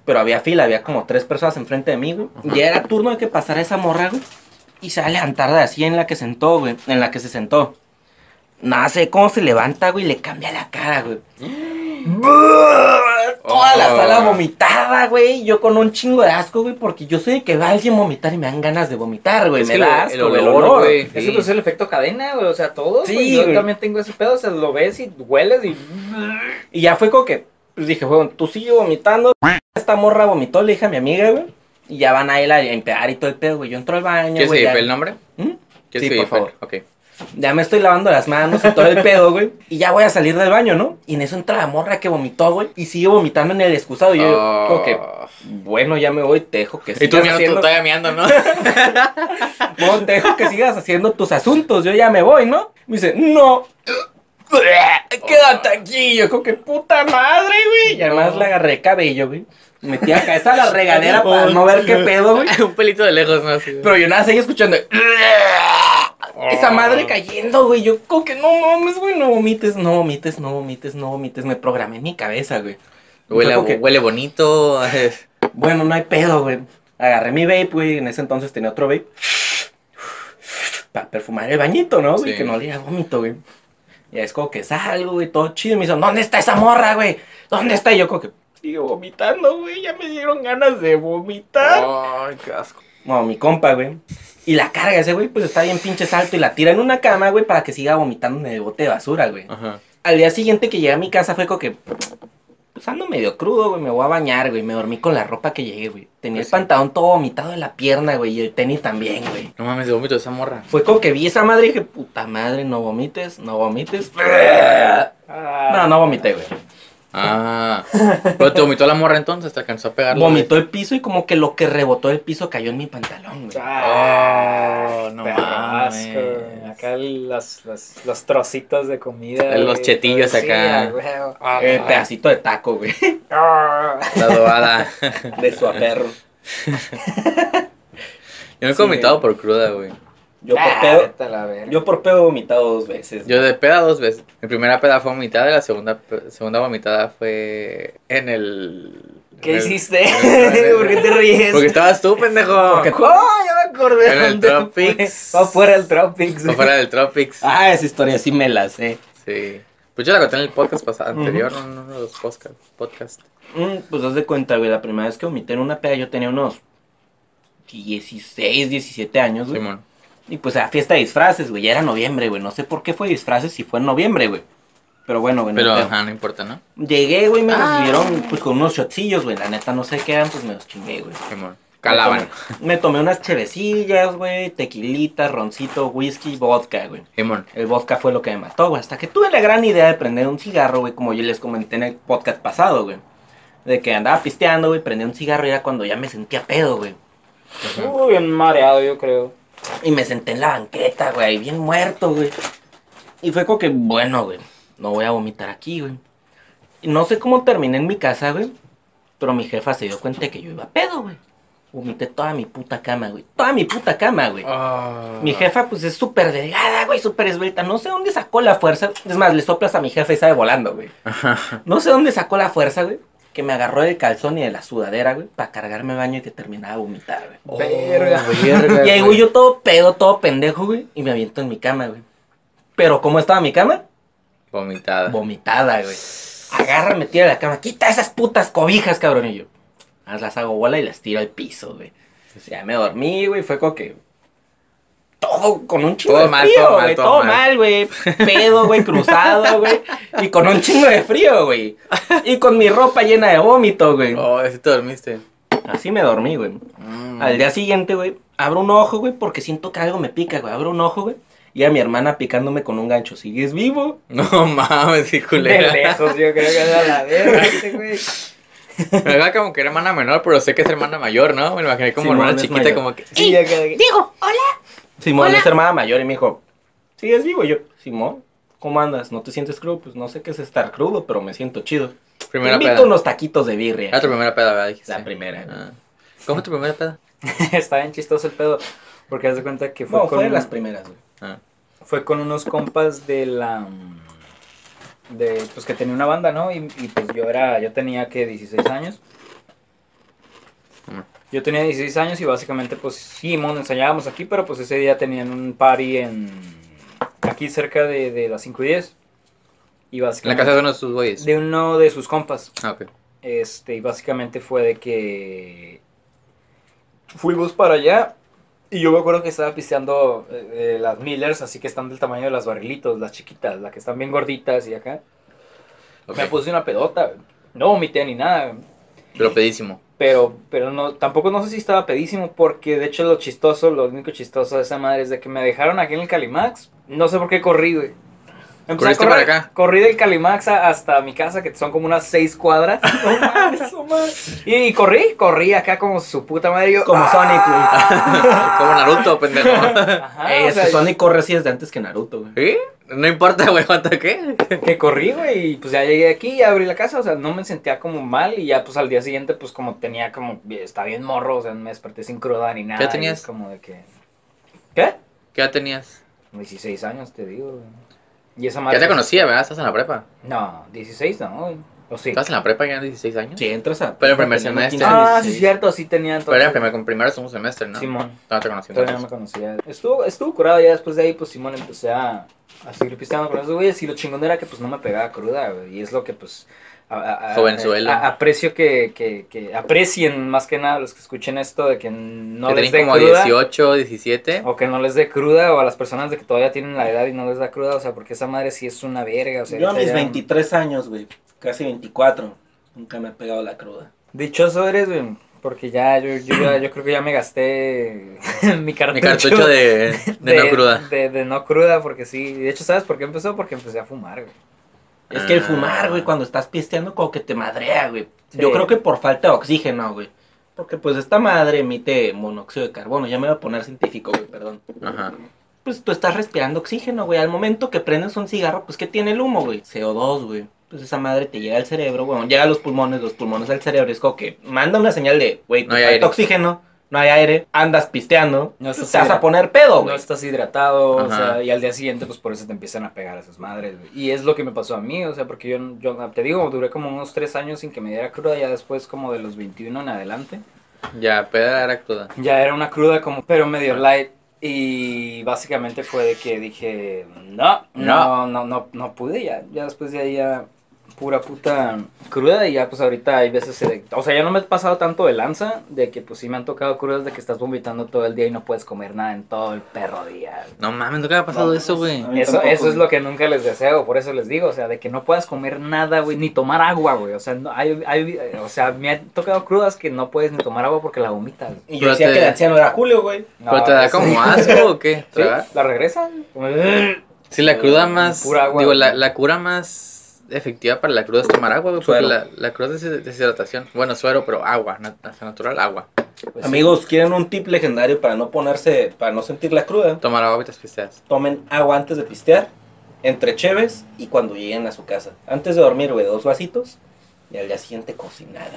Speaker 3: Pero había fila, había como tres personas enfrente de mí, güey. Ya era turno de que pasara esa morra, güey. Y se va a levantar de la silla en la que sentó, güey. En la que se sentó. Nada, sé cómo se levanta, güey, y le cambia la cara, güey. Brrr, Toda la
Speaker 1: Oh.
Speaker 3: sala vomitada, güey. Yo con un chingo de asco, güey, porque yo soy de que va alguien a vomitar y me dan ganas de vomitar, güey.
Speaker 1: Es
Speaker 3: Me
Speaker 1: que
Speaker 3: da
Speaker 1: lo-
Speaker 3: asco,
Speaker 1: el
Speaker 3: güey, el
Speaker 1: olor,
Speaker 3: olor.
Speaker 1: güey.
Speaker 2: Ese
Speaker 1: Sí.
Speaker 2: pues es el efecto cadena, güey. O sea, todos.
Speaker 3: Sí,
Speaker 2: güey, yo
Speaker 3: güey.
Speaker 2: también tengo ese pedo. O sea, lo ves y hueles y.
Speaker 3: Y ya fue como que, pues dije, güey, tú sigue vomitando. Esta morra vomitó, le dije a mi amiga, güey. Y ya van a ir a limpiar y todo el pedo, güey. Yo entro al baño,
Speaker 1: ¿Quieres
Speaker 3: güey. ya-
Speaker 1: que el nombre?
Speaker 3: ¿Mm?
Speaker 1: ¿Quieres que
Speaker 3: Sí, por
Speaker 1: diga el-
Speaker 3: favor.
Speaker 1: Ok.
Speaker 3: Ya me estoy lavando las manos y todo el pedo, güey. Y ya voy a salir del baño, ¿no? Y en eso entra la morra que vomitó, güey. Y sigue vomitando en el excusado. Y yo, como que,
Speaker 1: Oh.
Speaker 3: bueno, ya me voy, te dejo que
Speaker 1: Y tú
Speaker 3: sigas
Speaker 1: mirando, tú
Speaker 3: haciendo.
Speaker 1: todavía meando, ¿no?
Speaker 3: No, te dejo que sigas haciendo tus asuntos. Yo ya me voy, ¿no? Me dice, no. Quédate aquí. Yo, como que puta madre, güey. Y además
Speaker 1: No.
Speaker 3: la agarré el cabello, güey. Metí la cabeza a la regadera para no ver qué pedo, güey.
Speaker 1: Un pelito de lejos, ¿no? Así de-
Speaker 3: Pero yo nada, seguí escuchando.
Speaker 1: Ah.
Speaker 3: Esa madre cayendo, güey. Yo como que no mames, güey. No vomites, no vomites, no vomites, no vomites. Me programé en mi cabeza, güey.
Speaker 1: Oh, Huele,
Speaker 3: Fue como que, ¿Ah?
Speaker 1: huele bonito.
Speaker 3: Bueno, no hay pedo, güey. Agarré mi vape, güey. En ese entonces tenía otro vape. Para perfumar el bañito, ¿no? Güey,
Speaker 1: Sí.
Speaker 3: que no olía a vómito, güey. Y es como que salgo, güey, todo chido. Y me dicen, ¿dónde está esa morra, güey? ¿Dónde está? Y yo como que sigo vomitando, güey. Ya me dieron ganas de vomitar.
Speaker 1: Ay, qué asco.
Speaker 3: No, mi compa, güey. Y la carga ese, güey, pues está bien pinche salto y la tira en una cama, güey, para que siga vomitando en el bote de basura, güey.
Speaker 1: Ajá.
Speaker 3: Al día siguiente que llegué a mi casa fue como que, pues ando medio crudo, güey, me voy a bañar, güey. Me dormí con la ropa que llegué, güey. Tenía
Speaker 1: Pues
Speaker 3: el
Speaker 1: sí.
Speaker 3: pantalón todo vomitado de la pierna, güey, y el tenis también, güey.
Speaker 1: No mames, de vómito esa morra.
Speaker 3: Fue como que vi esa madre y dije, puta madre, no vomites, no vomites. No, no vomité, güey.
Speaker 1: Ah. Pero te vomitó la morra entonces, te alcanzó a pegar. la-
Speaker 3: Vomitó el piso y como que lo que rebotó el piso cayó en mi pantalón, güey.
Speaker 1: Oh, no
Speaker 2: Perro
Speaker 1: mames.
Speaker 2: asco, güey. Acá el- las, las, los trocitos de comida.
Speaker 1: Los
Speaker 2: güey,
Speaker 1: chetillos
Speaker 2: todo. Sí,
Speaker 1: acá. Ah,
Speaker 2: a huevo. Eh,
Speaker 3: El Eh, pedacito de taco, güey.
Speaker 2: Ah.
Speaker 1: La adobada.
Speaker 3: De su perro.
Speaker 1: Yo nunca he
Speaker 3: Sí.
Speaker 1: vomitado por cruda, güey.
Speaker 3: Yo por
Speaker 2: Ah,
Speaker 3: pedo,
Speaker 2: vete a la verga.
Speaker 3: Yo por pedo he vomitado dos veces.
Speaker 1: Yo de peda dos veces. Mi primera peda fue vomitada y la segunda, pe- segunda vomitada fue en el.
Speaker 2: ¿Qué
Speaker 1: en el-
Speaker 2: hiciste?
Speaker 1: en el-
Speaker 2: ¿Por qué te ríes?
Speaker 1: Porque estabas tú, pendejo.
Speaker 3: Porque-
Speaker 2: ¡Oh, ya me
Speaker 1: En
Speaker 2: acordé!
Speaker 1: el
Speaker 2: dónde fue.
Speaker 1: Tropics.
Speaker 2: Va fuera el Tropics.
Speaker 1: Fue
Speaker 2: güey.
Speaker 1: fuera del Tropics.
Speaker 3: Ah, esa historia sí me la sé.
Speaker 1: Sí. Pues yo la conté en el podcast pasado, anterior, en uno de los podcast, podcast.
Speaker 3: Mm, pues haz de cuenta, güey, la primera vez que vomité en una peda yo tenía unos 16, 17 años, güey.
Speaker 1: Simón.
Speaker 3: y pues era fiesta de disfraces, güey, ya era noviembre, güey. No sé por qué fue disfraces si fue en noviembre, güey. Pero bueno, güey. no
Speaker 1: Pero
Speaker 3: hay pedo.
Speaker 1: ajá, no importa, ¿no?
Speaker 3: Llegué, güey, me
Speaker 1: Ah.
Speaker 3: recibieron pues con unos shotcillos, güey. La neta no sé qué eran, pues me los chingué, güey.
Speaker 1: Simón. Calaban.
Speaker 3: Me tomé, me tomé unas chevecillas, güey, tequilita, roncito, whisky, vodka, güey.
Speaker 1: Simón.
Speaker 3: El vodka fue lo que me mató, güey. Hasta que tuve la gran idea de prender un cigarro, güey, como yo les comenté en el podcast pasado, güey. De que andaba pisteando, güey, prendí un cigarro y era cuando ya me sentía pedo, güey.
Speaker 1: Ajá.
Speaker 2: Uy, bien mareado, yo creo.
Speaker 3: Y me senté en la banqueta, güey, ahí bien muerto, güey. Y fue como que, bueno, güey, no voy a vomitar aquí, güey. Y no sé cómo terminé en mi casa, güey. Pero mi jefa se dio cuenta de que yo iba pedo, güey. Vomité toda mi puta cama, güey. Toda mi puta cama, güey.
Speaker 1: Ah.
Speaker 3: Mi jefa, pues es súper delgada, güey, súper esbelta. No sé dónde sacó la fuerza. Es más, le soplas a mi jefa y sale volando, güey.
Speaker 1: Ajá.
Speaker 3: No sé dónde sacó la fuerza, güey. Que me agarró del calzón y de la sudadera, güey, para cargarme el baño y que terminaba de vomitar, güey.
Speaker 2: Verga.
Speaker 1: Oh, verga,
Speaker 3: Y ahí, güey, yo todo pedo, todo pendejo, güey, y me aviento en mi cama, güey. Pero, ¿cómo estaba mi cama?
Speaker 1: Vomitada.
Speaker 3: Vomitada, güey. Agarra, me tira de la cama, quita esas putas cobijas, cabrón. Y yo, "Ah, las hago bola y las tiro al piso, güey. Entonces, ya me dormí, güey, fue como que. Todo con un chingo
Speaker 1: Todo
Speaker 3: de
Speaker 1: mal,
Speaker 3: frío,
Speaker 1: todo mal,
Speaker 3: güey.
Speaker 1: todo
Speaker 3: Todo
Speaker 1: mal.
Speaker 3: mal, güey. Pedo, güey, cruzado, güey. Y con un chingo de frío, güey. Y con mi ropa llena de vómito, güey.
Speaker 1: Oh, así te dormiste.
Speaker 3: Así me dormí, güey.
Speaker 1: Mm.
Speaker 3: Al día siguiente, güey, abro un ojo, güey, porque siento que algo me pica, güey. Abro un ojo, güey, y a mi hermana picándome con un gancho. ¿Sigues vivo?
Speaker 1: No mames, qué
Speaker 2: De
Speaker 1: culera.
Speaker 2: lejos, yo creo que era la verga este güey.
Speaker 1: Me verdad como que era hermana menor, pero sé que es hermana mayor, ¿no? Me lo imaginé como
Speaker 3: Simón
Speaker 1: hermana
Speaker 3: es
Speaker 1: chiquita,
Speaker 3: mayor.
Speaker 1: como que.
Speaker 2: Sí, yo creo que-
Speaker 4: Digo, hola.
Speaker 3: Simón
Speaker 4: Hola.
Speaker 3: es hermana mayor y me dijo, ¿sigues vivo? Y yo, Simón, ¿cómo andas? ¿No te sientes crudo? Pues no sé qué es estar crudo, pero me siento chido. Te
Speaker 1: Primera
Speaker 3: invito
Speaker 1: peda.
Speaker 3: unos taquitos de
Speaker 1: Era
Speaker 3: birria.
Speaker 1: tu primera peda, ¿verdad? Dijiste.
Speaker 3: La primera, güey.
Speaker 1: Ah. ¿Cómo fue tu primera peda?
Speaker 2: Está bien chistoso el pedo. Porque haz de cuenta que fue
Speaker 3: No,
Speaker 2: con.
Speaker 3: fue de las primeras, güey.
Speaker 1: Ah.
Speaker 2: fue con unos compas de la mm, de pues que tenía una banda no y, y, pues yo era yo tenía que 16 años
Speaker 1: Mm.
Speaker 2: yo tenía 16 años y básicamente pues sí mon, ensayábamos aquí pero pues ese día tenían un party en aquí cerca de, de las 5 y 10 y
Speaker 1: En la
Speaker 2: básicamente
Speaker 1: casa de uno de sus güeyes.
Speaker 2: de uno de sus compas
Speaker 1: Ah, ok.
Speaker 2: este, y básicamente fue de que fuimos para allá y yo me acuerdo que estaba pisteando eh, eh, las Millers, así que están del tamaño de las barrilitos, las chiquitas, las que están bien gorditas y acá.
Speaker 1: ok.
Speaker 2: Me puse una pedota, güey. no vomité ni nada, güey.
Speaker 1: Pero pedísimo.
Speaker 2: pero, pero no, tampoco no sé si estaba pedísimo porque de hecho lo chistoso, lo único chistoso de esa madre es de que me dejaron aquí en el Calimax, no sé por qué corrí, güey. Empecé a
Speaker 1: ¿Corriste
Speaker 2: correr,
Speaker 1: para acá?
Speaker 2: Corrí del Calimax a- hasta mi casa, que son como unas seis cuadras. No mames, no mames. Y, y corrí, corrí acá como su puta madre. Yo, ah,
Speaker 3: Como Sonic, güey.
Speaker 1: Como Naruto, pendejo.
Speaker 2: Ajá,
Speaker 3: Ey,
Speaker 2: o
Speaker 3: es que
Speaker 2: sea,
Speaker 3: Sonic corre así desde antes que Naruto, güey.
Speaker 1: ¿Sí? No importa, güey, ¿cuánto qué?
Speaker 2: que corrí, güey, y pues ya llegué aquí, ya abrí la casa, o sea, no me sentía como mal y ya pues al día siguiente pues como tenía como, está bien morro, o sea, no me desperté sin cruda ni nada.
Speaker 1: ¿Qué
Speaker 2: y
Speaker 1: tenías?
Speaker 2: es como de que... ¿Qué?
Speaker 1: ¿Qué edad tenías?
Speaker 2: 16 años, te digo, güey. Y esa madre.
Speaker 1: Ya te conocía, ¿verdad? Estás en la prepa.
Speaker 2: No, 16 no, güey. O sí.
Speaker 1: Estás en la prepa ya en 16 años.
Speaker 3: Sí, entras a.
Speaker 1: Pero en primer
Speaker 3: teniendo
Speaker 1: semestre.
Speaker 3: 15 años,
Speaker 2: Ah, sí, es cierto, sí tenía
Speaker 1: Pero
Speaker 2: entonces.
Speaker 1: era primer, con primero segundo semestre, ¿no?
Speaker 2: Simón.
Speaker 1: No te conocí.
Speaker 2: Todavía no me
Speaker 1: entonces.
Speaker 2: conocía. Estuvo, estuvo curado ya después de ahí, pues Simón empecé a, a seguir pisteando con esos güeyes. Y lo chingón era que pues no me pegaba cruda, güey. Y es lo que pues. a- a- a-
Speaker 1: Jovenzuelo.
Speaker 2: a- aprecio que, que, que aprecien más que nada los que escuchen esto de que no
Speaker 1: que
Speaker 2: les
Speaker 1: tenían
Speaker 2: den
Speaker 1: como
Speaker 2: cruda.
Speaker 1: 18, 17.
Speaker 2: O que no les dé cruda, o a las personas de que todavía tienen la edad y no les da cruda, o sea, porque esa madre sí es una verga, o sea.
Speaker 3: Yo a
Speaker 2: ahorita
Speaker 3: mis
Speaker 2: ya-
Speaker 3: 23 años, güey. Casi 24. Nunca me he pegado la cruda.
Speaker 2: Dichoso eres, güey, porque ya, yo, yo, ya- yo creo que ya me gasté mi cartucho.
Speaker 1: Mi cartucho de, de no cruda.
Speaker 2: De, de no cruda, porque sí. De hecho, ¿sabes por qué empezó? Porque empecé a fumar, güey.
Speaker 3: Es que el
Speaker 1: Ah.
Speaker 3: fumar, güey, cuando estás pisteando, como que te madrea, güey.
Speaker 2: Sí.
Speaker 3: Yo creo que por falta de oxígeno, güey. Porque pues esta madre emite monóxido de carbono. Ya me voy a poner científico, güey, perdón.
Speaker 1: Ajá.
Speaker 3: Pues tú estás respirando oxígeno, güey. Al momento que prendes un cigarro, pues ¿qué tiene el humo, güey? CO2, güey. Pues esa madre te llega al cerebro, güey. Llega a los pulmones, los pulmones al cerebro. Es como que manda una señal de, güey,
Speaker 1: No
Speaker 3: te
Speaker 1: hay
Speaker 3: falta
Speaker 1: aire.
Speaker 3: oxígeno, no hay aire, andas pisteando,
Speaker 2: No
Speaker 3: pues,
Speaker 2: estás
Speaker 3: te vas
Speaker 2: hidratado.
Speaker 3: a poner pedo,
Speaker 2: No
Speaker 3: güey.
Speaker 2: estás hidratado, o
Speaker 1: Oh, Ajá.
Speaker 2: sea, y al día siguiente, pues por eso te empiezan a pegar a esas madres, güey. Y es lo que me pasó a mí, o sea, porque yo, yo te digo, duré como unos tres años sin que me diera cruda, ya después, como de los 21 en adelante.
Speaker 1: Ya, peda era cruda.
Speaker 2: Ya era una cruda como, pero medio light. Y básicamente fue de que dije, no, no,
Speaker 1: No.
Speaker 2: no, no, no pude ya. Ya después de ahí ya pura puta cruda y ya pues ahorita hay veces, se- o sea, ya no me he pasado tanto de lanza, de que pues sí me han tocado crudas de que estás vomitando todo el día y no puedes comer nada en todo el perro día.
Speaker 1: No mames, nunca me ha pasado
Speaker 3: No,
Speaker 1: eso, güey.
Speaker 3: no. A mí
Speaker 2: Eso,
Speaker 3: tampoco,
Speaker 2: eso es
Speaker 3: güey.
Speaker 2: lo que nunca les deseo, por eso les digo, o sea, de que no puedas comer nada, güey, ni tomar agua, güey. O sea, no, hay, hay- o sea, me han tocado crudas que no puedes ni tomar agua porque la vomitas.
Speaker 3: Y yo decía
Speaker 1: Pero
Speaker 3: que
Speaker 1: te-
Speaker 3: el anciano era Julio, güey.
Speaker 2: No,
Speaker 1: Pero te da
Speaker 2: eso-
Speaker 1: como asco o qué?
Speaker 2: ¿Sí?
Speaker 1: ¿Tragar?
Speaker 2: ¿La regresa?
Speaker 1: Sí, la cruda más.
Speaker 2: Pura agua.
Speaker 1: digo, la, la cura más efectiva para la cruda es tomar agua, güey. Porque
Speaker 3: Suero.
Speaker 1: la, la cruda es des- deshidratación. Bueno, suero, pero agua, nat- natural, agua.
Speaker 3: Amigos, ¿quieren un tip legendario para no ponerse, para no sentir la cruda?
Speaker 1: Tomar agua mientras pisteas.
Speaker 3: Tomen agua antes de pistear, entre cheves y cuando lleguen a su casa. Antes de dormir, güey, dos vasitos y al día siguiente cocinada,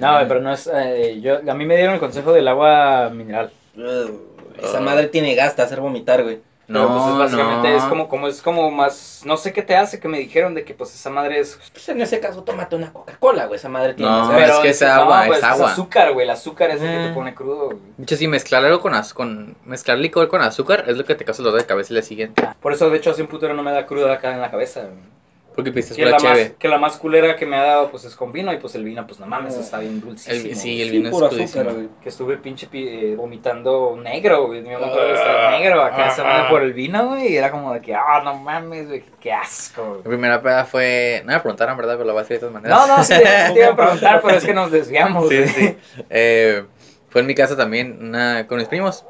Speaker 2: No, güey, pero no es. eh, yo, a mí me dieron el consejo del agua mineral.
Speaker 3: güey. Ugh, Esa madre tiene gas, te va a hacer vomitar, güey.
Speaker 2: No,
Speaker 1: No,
Speaker 2: pues es básicamente
Speaker 1: no.
Speaker 2: es como, como es como más. No sé qué te hace que me dijeron de que pues esa madre es.
Speaker 3: Pues en ese caso, tómate una Coca-Cola, güey. Esa madre tiene
Speaker 1: No,
Speaker 3: gas.
Speaker 1: es que es agua,
Speaker 2: pues,
Speaker 1: es agua.
Speaker 2: azúcar, güey. El azúcar es el que te
Speaker 3: Eh.
Speaker 2: pone crudo. güey.
Speaker 1: De hecho, sí, mezclar algo con, az- con mezclar licor con azúcar es lo que te causa el dolor de cabeza y la siguiente.
Speaker 2: Por eso, de hecho, hace un putero no me da cruda acá en la cabeza. güey.
Speaker 1: Porque pistas
Speaker 2: Que la,
Speaker 1: pura
Speaker 2: más,
Speaker 1: chévere.
Speaker 2: que la más culera que me ha dado pues es con vino y pues el vino, pues no mames, está bien dulcísimo.
Speaker 1: El- sí,
Speaker 2: güey.
Speaker 1: el vino
Speaker 3: puro
Speaker 1: es crudísimo.
Speaker 3: azúcar, güey.
Speaker 2: Que estuve pinche pi- eh, vomitando negro, güey. Mi mamá estaba
Speaker 1: Ah,
Speaker 2: negro acá, se me por el vino, güey. Y era como de que, ah, no mames, güey, qué asco,
Speaker 1: Mi
Speaker 2: güey.
Speaker 1: primera peda fue. No me preguntaron, ¿verdad? Pero lo voy a decir de todas maneras.
Speaker 2: No, no, sí, te te iba a preguntar, pero es que nos desviamos,
Speaker 1: Sí,
Speaker 2: güey.
Speaker 1: sí. Eh, fue en mi casa también una- con mis primos.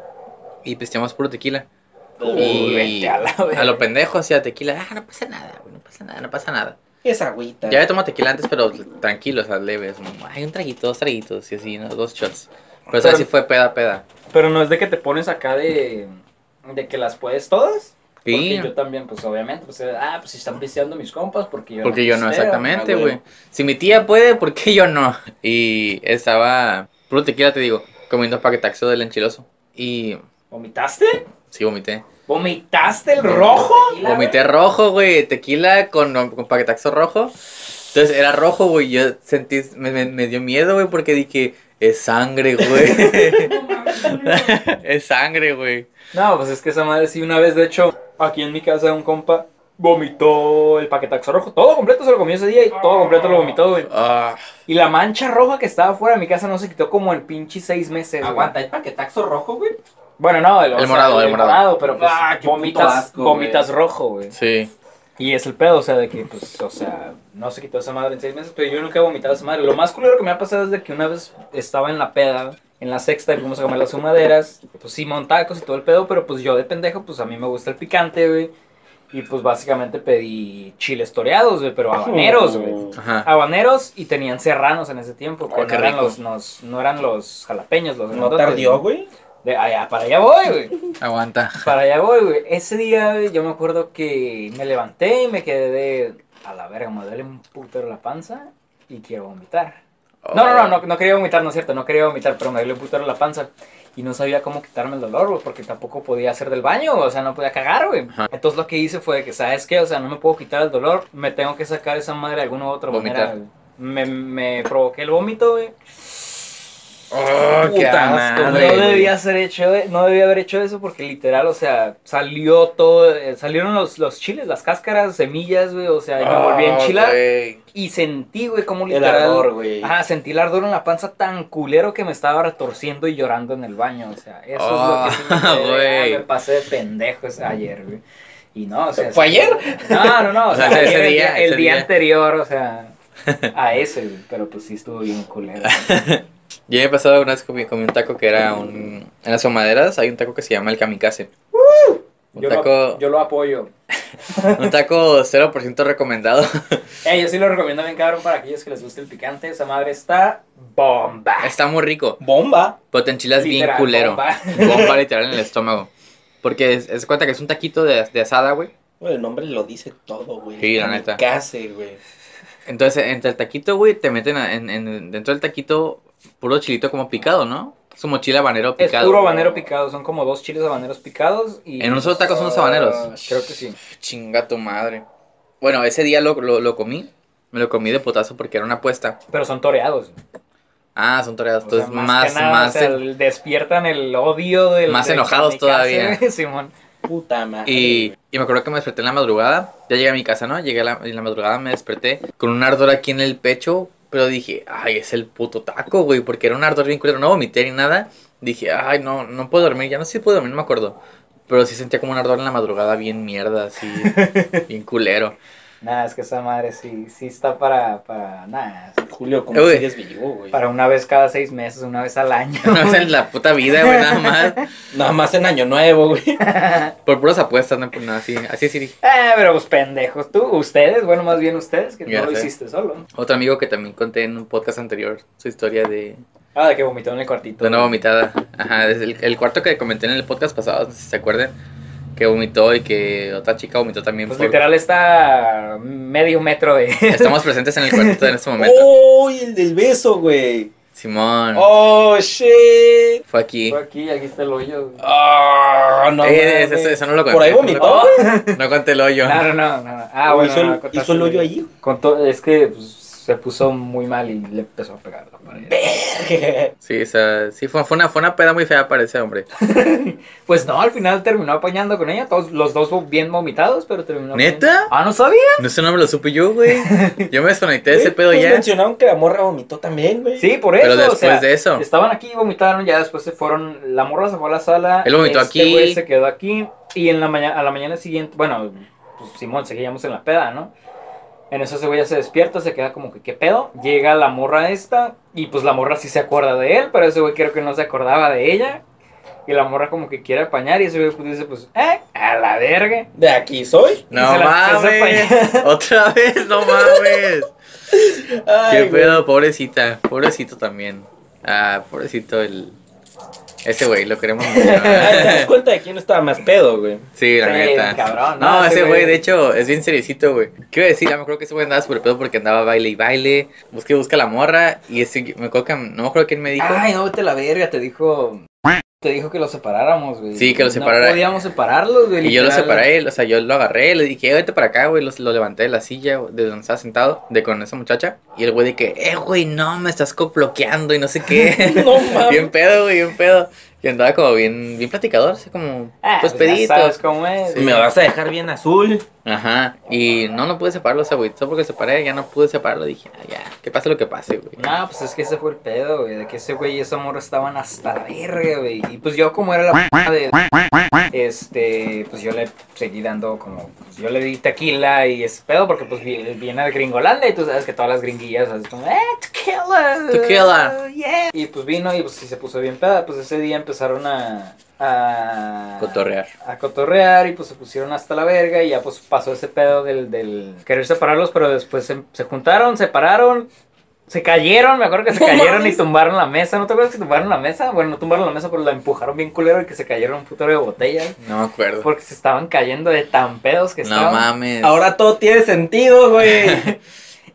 Speaker 1: Y pisteamos puro tequila.
Speaker 2: Uy,
Speaker 1: Y
Speaker 2: vete a la verga.
Speaker 1: a lo pendejo hacía tequila. Ah, no pasa nada, güey, no pasa nada, no pasa nada.
Speaker 3: Esa agüita.
Speaker 1: Ya había tomado tequila antes, pero tranquilo, o sea, leve. es como, Hay un traguito, dos traguitos y así, ¿no? dos shots. Pero esa
Speaker 2: Pero-
Speaker 1: sí fue peda, peda.
Speaker 2: Pero no es de que te pones acá de, de que las puedes todas.
Speaker 1: Sí,
Speaker 2: Porque yo también, pues obviamente, pues, eh, ah, pues si están pisteando mis compas, porque yo
Speaker 1: porque yo no,
Speaker 2: pisteo.
Speaker 1: exactamente,
Speaker 3: ah, güey.
Speaker 1: güey. Si mi tía puede, ¿por qué yo no? Y estaba, puro tequila, te digo, comiendo paquetaxo del enchiloso. Y
Speaker 2: ¿Vomitaste?
Speaker 1: sí, vomité.
Speaker 2: ¿Vomitaste el rojo?
Speaker 1: Vomité rojo, güey, tequila con, con paquetaxo rojo. Entonces era rojo, güey. Yo sentí, me, me- me dio miedo, güey, porque dije, es sangre, güey. es sangre, güey.
Speaker 2: No, pues es que esa madre sí, una vez, de hecho, aquí en mi casa un compa vomitó el paquetaxo rojo. Todo completo se lo comió ese día y todo completo lo vomitó, güey.
Speaker 1: Ah,
Speaker 2: Y la mancha roja que estaba fuera de mi casa no se quitó como en pinche seis meses. güey.
Speaker 3: Aguanta, el paquetaxo rojo, güey.
Speaker 2: Bueno, no, el,
Speaker 1: Ah, El morado, el morado.
Speaker 2: pero pues
Speaker 3: Ah, qué puto
Speaker 2: vomitas,
Speaker 3: asco,
Speaker 2: vomitas rojo, güey.
Speaker 1: sí.
Speaker 2: Y es el pedo, o sea, de que, pues, o sea, no se quitó esa madre en seis meses, pero yo nunca he vomitado esa madre. Lo más culero que me ha pasado es de que una vez estaba en la peda, en la sexta, y fuimos a comer las fumaderas, pues sí, montacos y todo el pedo, pero pues yo de pendejo, pues a mí me gusta el picante, güey. Y pues básicamente pedí chiles toreados, güey,
Speaker 3: Ah,
Speaker 2: pero habaneros, güey.
Speaker 1: Ajá.
Speaker 2: Habaneros y tenían serranos en ese tiempo, que
Speaker 1: qué
Speaker 2: no, eran
Speaker 1: rico.
Speaker 2: los, nos- no eran los jalapeños, los
Speaker 3: No
Speaker 2: grandotes,
Speaker 3: tardió,
Speaker 2: güey.
Speaker 3: güey.
Speaker 2: De allá, para allá voy, güey.
Speaker 1: Aguanta.
Speaker 2: Para allá voy, güey. Ese día güey, yo me acuerdo que me levanté y me quedé de, a la verga, me duele un putero la panza y quiero vomitar. No, no, no, no, no quería vomitar, no es cierto, no quería vomitar, pero me dio un putero la panza. Y no sabía cómo quitarme el dolor, güey, porque tampoco podía hacer del baño, o sea, no podía cagar, güey.
Speaker 1: Ajá.
Speaker 2: Entonces lo que hice fue que, ¿sabes qué? O sea, no me puedo quitar el dolor, me tengo que sacar esa madre de alguna u otra
Speaker 1: Vomitar.
Speaker 2: manera. güey. Me, me provoqué el vómito, güey.
Speaker 1: Oh, qué
Speaker 3: Puta
Speaker 1: asco,
Speaker 2: No
Speaker 3: madre,
Speaker 1: güey.
Speaker 2: debía, hacer hecho, eh, no debía haber hecho eso porque literal, o sea, salió todo, eh, salieron los, los chiles, las cáscaras, semillas, güey, o sea, y me volví a
Speaker 1: Oh,
Speaker 2: enchilar
Speaker 1: güey.
Speaker 2: y sentí, güey, como
Speaker 3: El
Speaker 2: literal...
Speaker 3: ardor, güey.
Speaker 2: Ajá, sentí el ardor en la panza tan culero que me estaba retorciendo y llorando en el baño, o sea, eso
Speaker 1: Oh,
Speaker 2: es lo que sí me, quedé,
Speaker 1: güey.
Speaker 2: ah, me pasé de pendejos ayer, güey. Y no, o sea,
Speaker 3: ¿Fue ayer?
Speaker 2: No, no, no, o sea,
Speaker 1: O sea, ese
Speaker 2: ayer,
Speaker 1: día,
Speaker 2: el día, el
Speaker 1: ese
Speaker 2: día
Speaker 1: día.
Speaker 2: anterior, o sea, a ese, güey, pero pues sí estuvo bien culero.
Speaker 1: Yo he pasado una vez comí, comí un taco que era un... En las somaderas hay un taco que se llama el kamikaze. Un
Speaker 2: Yo lo-
Speaker 1: taco,
Speaker 2: yo lo apoyo.
Speaker 1: un taco 0% recomendado.
Speaker 2: Eh, yo sí lo recomiendo bien cabrón para aquellos que les guste el picante. Esa madre está bomba.
Speaker 1: Está muy rico,
Speaker 3: Bomba.
Speaker 1: pero te enchilas bien
Speaker 2: Literal,
Speaker 1: culero.
Speaker 2: bomba.
Speaker 1: Bomba literal en el estómago. Porque es, es cuenta que es un taquito de, de asada, güey.
Speaker 3: Güey, el nombre lo dice todo, güey.
Speaker 1: Sí, la neta.
Speaker 3: Kamikaze, güey.
Speaker 1: Entonces, entre el taquito, güey, te meten a- en, en- dentro del taquito puro chilito como picado, ¿no? Es como chile habanero
Speaker 2: Es
Speaker 1: picado.
Speaker 2: puro habanero picado. Son como dos chiles habaneros picados. Y
Speaker 1: En un solo taco son los habaneros.
Speaker 2: Ah, Creo que sí.
Speaker 1: Chinga tu madre. Bueno, ese día lo, lo, lo comí. Me lo comí de potazo porque era una apuesta.
Speaker 2: Pero son toreados.
Speaker 1: Ah, son toreados.
Speaker 2: O sea,
Speaker 1: Entonces, más,
Speaker 2: que nada,
Speaker 1: más.
Speaker 2: o sea, el- despiertan el odio del.
Speaker 1: Más
Speaker 2: del
Speaker 1: enojados
Speaker 2: kamikaze,
Speaker 1: todavía.
Speaker 2: güey, Simón.
Speaker 3: Puta madre.
Speaker 1: Y, y me acuerdo que me desperté en la madrugada. Ya llegué a mi casa, ¿no? Llegué a la, en la madrugada, me desperté con un ardor aquí en el pecho. Pero dije, ay, es el puto taco, güey. Porque era un ardor bien culero. No vomité ni nada. Dije, ay, no, no puedo dormir. Ya no sé si puedo dormir, no me acuerdo. Pero sí sentía como un ardor en la madrugada bien mierda, así, bien culero.
Speaker 2: Nada, es que esa madre sí, sí está para. para nada.
Speaker 3: Julio, ¿cómo
Speaker 1: Eh, güey.
Speaker 3: sigues vivo, güey?
Speaker 2: Para una vez cada seis meses, una vez al año.
Speaker 1: No es en la puta vida, güey, nada más.
Speaker 3: Nada más en Año Nuevo, güey.
Speaker 1: Por puras apuestas, no, por nada, así, así sí dije.
Speaker 2: Eh, pero pues pendejos. Tú, ustedes, bueno, más bien ustedes, que
Speaker 1: Ya
Speaker 2: no lo
Speaker 1: sé.
Speaker 2: hiciste solo.
Speaker 1: Otro amigo que también conté en un podcast anterior su historia de,
Speaker 2: Ah, de que vomitó en el cuartito.
Speaker 1: de una vomitada. Ajá, desde el, el cuarto que comenté en el podcast pasado, no sé si se acuerdan, que vomitó y que otra chica vomitó también.
Speaker 2: Pues
Speaker 1: por-
Speaker 2: literal está medio metro de.
Speaker 1: Estamos presentes en el cuartito en este momento.
Speaker 3: ¡Oh, y el del beso, güey!
Speaker 1: Simón
Speaker 3: ¡Oh, shit!
Speaker 1: fue aquí.
Speaker 2: aquí, aquí está el hoyo.
Speaker 3: Ah, no,
Speaker 1: Eh,
Speaker 3: mames.
Speaker 1: eso- eso no lo
Speaker 3: Por ahí
Speaker 1: conté.
Speaker 3: vomitó.
Speaker 1: No conté el hoyo.
Speaker 2: No, no, no, no, no. Ah,
Speaker 3: O
Speaker 2: bueno,
Speaker 3: Oh, hizo,
Speaker 2: no,
Speaker 3: el,
Speaker 2: contaste
Speaker 3: hizo el hoyo ahí.
Speaker 2: Contó- es que pues, se puso muy mal y le empezó a pegar la pared.
Speaker 3: güey.
Speaker 1: Sí, o sea, sí fue, fue una, fue una peda muy fea para ese hombre.
Speaker 2: Pues no, al final terminó apañando con ella. Todos, los dos bien vomitados, pero terminó.
Speaker 1: ¿Neta?
Speaker 2: apañando. Ah, no sabía.
Speaker 1: No sé, no me lo supe yo, güey. Yo me desconecté de ese
Speaker 3: Güey,
Speaker 1: pedo
Speaker 3: pues
Speaker 1: ya.
Speaker 3: mencionaron que la morra vomitó también, güey.
Speaker 2: Sí, por eso.
Speaker 1: Pero
Speaker 2: o sea,
Speaker 1: después de eso.
Speaker 2: Estaban aquí, vomitaron, ya después se fueron, la morra se fue a la sala.
Speaker 1: Él vomitó
Speaker 2: este
Speaker 1: aquí.
Speaker 2: güey se quedó aquí y en la mañana, a la mañana siguiente, bueno, pues Simón, seguíamos en la peda, ¿no? En eso ese güey ya se despierta, se queda como que, ¿qué pedo? Llega la morra esta y pues la morra sí se acuerda de él, pero ese güey creo que no se acordaba de ella. Y la morra como que quiere apañar y ese güey pues dice, pues, ¿eh? A la verga.
Speaker 3: De aquí soy.
Speaker 1: No
Speaker 2: se la empezó a
Speaker 1: mames. Otra vez, no mames. Qué
Speaker 3: Ay, güey.
Speaker 1: pedo, pobrecita. Pobrecito también. Ah, pobrecito el. Ese güey, lo queremos mucho.
Speaker 3: Ay, te das cuenta de quién estaba más pedo, güey.
Speaker 1: Sí, la
Speaker 2: Sí,
Speaker 1: neta.
Speaker 2: cabrón,
Speaker 1: no,
Speaker 2: no,
Speaker 1: ese
Speaker 2: ese
Speaker 1: güey,
Speaker 2: güey-
Speaker 1: de hecho, es bien seriecito, güey. ¿Qué iba a decir? Ah, me acuerdo que ese güey andaba súper pedo porque andaba baile y baile. Busca y busca la morra. Y ese, me acuerdo que, no me acuerdo quién me dijo.
Speaker 2: Ay, no, vete a la verga, te dijo... Te dijo que los separáramos, güey.
Speaker 1: Sí, que los separara.
Speaker 2: No podíamos separarlos, güey.
Speaker 1: Y yo lo
Speaker 2: literal.
Speaker 1: separé, o sea, yo lo agarré, le dije, "Eh, vete para acá, güey, lo, lo levanté de la silla güey, de donde estaba sentado, de con esa muchacha. Y el güey de que, eh, güey, no, me estás bloqueando y no sé qué.
Speaker 3: No mames.
Speaker 1: bien pedo, güey, bien pedo. Y andaba como bien, bien platicador, así como,
Speaker 2: Ah,
Speaker 1: pues
Speaker 2: ya
Speaker 1: pedito.
Speaker 2: sabes cómo es.
Speaker 1: Sí.
Speaker 3: Me vas a dejar bien azul.
Speaker 1: Ajá, y no, no pude separarlo, o sea, güey, solo porque separé, ya no pude separarlo, dije, ah, ya, que pase lo que pase, güey.
Speaker 2: No, pues es que ese fue el pedo, güey. De que ese güey y esa morra estaban hasta la verga, güey. Y pues yo, como era la p de. Este, pues yo le seguí dando como. Pues yo le di tequila y ese pedo, porque pues vi- viene de Gringolandia y tú sabes que todas las gringuillas, así como, ¡eh, tequila!
Speaker 1: Tequila.
Speaker 2: yeah". Y pues vino y pues sí se puso bien peda. Pues ese día empezaron a. a
Speaker 1: Cotorrear.
Speaker 2: a cotorrear y pues se pusieron hasta la verga y ya pues pasó ese pedo del, del querer separarlos, pero después se, se juntaron, separaron, se cayeron, me acuerdo que se
Speaker 3: No
Speaker 2: cayeron y
Speaker 3: mames.
Speaker 2: tumbaron la mesa, ¿no te acuerdas que tumbaron la mesa? Bueno, no tumbaron la mesa, pero la empujaron bien culero y que se cayeron un putero de botellas
Speaker 1: No me acuerdo.
Speaker 2: porque se estaban cayendo de tan pedos que
Speaker 1: No
Speaker 2: estaban.
Speaker 1: mames.
Speaker 3: Ahora todo tiene sentido, güey.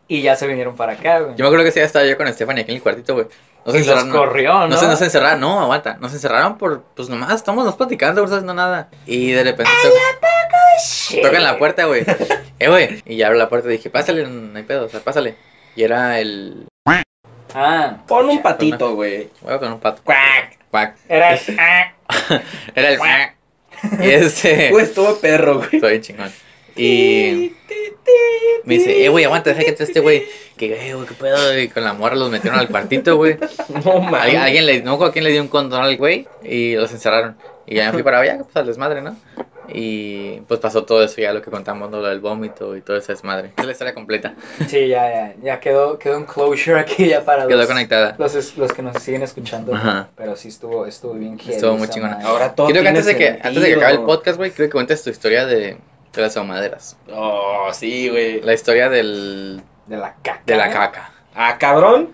Speaker 2: Y ya se vinieron para acá, güey.
Speaker 1: Yo me acuerdo que sí, estaba yo con Stephanie aquí en el cuartito, güey. No se
Speaker 2: Y los
Speaker 1: encerraron. no-
Speaker 2: corrió, ¿no?
Speaker 1: No, se, no se encerraron, no, aguanta. Nos encerraron por, pues nomás, estamos nos platicando, güey, no nada. Y de repente to-
Speaker 2: Shit.
Speaker 1: tocan la puerta, güey. Eh, güey. Y ya abro la puerta y dije, pásale, no hay pedo, o sea, pásale. Y era el.
Speaker 2: Ah,
Speaker 3: Pon un patito, güey.
Speaker 1: Huevo con un pato.
Speaker 2: cuac.
Speaker 1: Cuac.
Speaker 2: Era. ah.
Speaker 1: Era el.
Speaker 2: Cuac.
Speaker 1: Y este.
Speaker 3: Pues estuvo perro, güey.
Speaker 1: Estoy chingón. Y. Me dice, eh, güey, aguanta, deja que te este güey. Que, eh, güey, qué pedo. Y con la morra los metieron al cuartito, güey.
Speaker 3: No
Speaker 1: Al-
Speaker 3: mames.
Speaker 1: alguien le, no me acuerdo quién le dio un condón al güey y los encerraron. Y ya me fui para allá, pues al desmadre, ¿no? Y pues pasó todo eso, ya lo que contamos, ¿no? lo del vómito y todo ese desmadre. Esa es la historia completa.
Speaker 2: Sí, ya, ya. Ya quedó, quedó un closure aquí ya para
Speaker 1: Quedó
Speaker 2: los,
Speaker 1: conectada.
Speaker 2: los, es- los que nos siguen escuchando.
Speaker 1: Ajá.
Speaker 2: Pero sí estuvo, estuvo bien heavy
Speaker 1: Estuvo muy
Speaker 2: esa
Speaker 1: chingona.
Speaker 2: madre.
Speaker 3: Ahora todo
Speaker 1: Creo que
Speaker 3: tiene
Speaker 1: antes de que, antes de que acabe el
Speaker 3: sentido.
Speaker 1: podcast, güey, creo que cuentes tu historia de, de las ahumaderas.
Speaker 3: Oh, sí, güey.
Speaker 1: La historia del,
Speaker 2: De la caca.
Speaker 1: de la
Speaker 2: ¿no?
Speaker 1: caca.
Speaker 3: Ah, cabrón.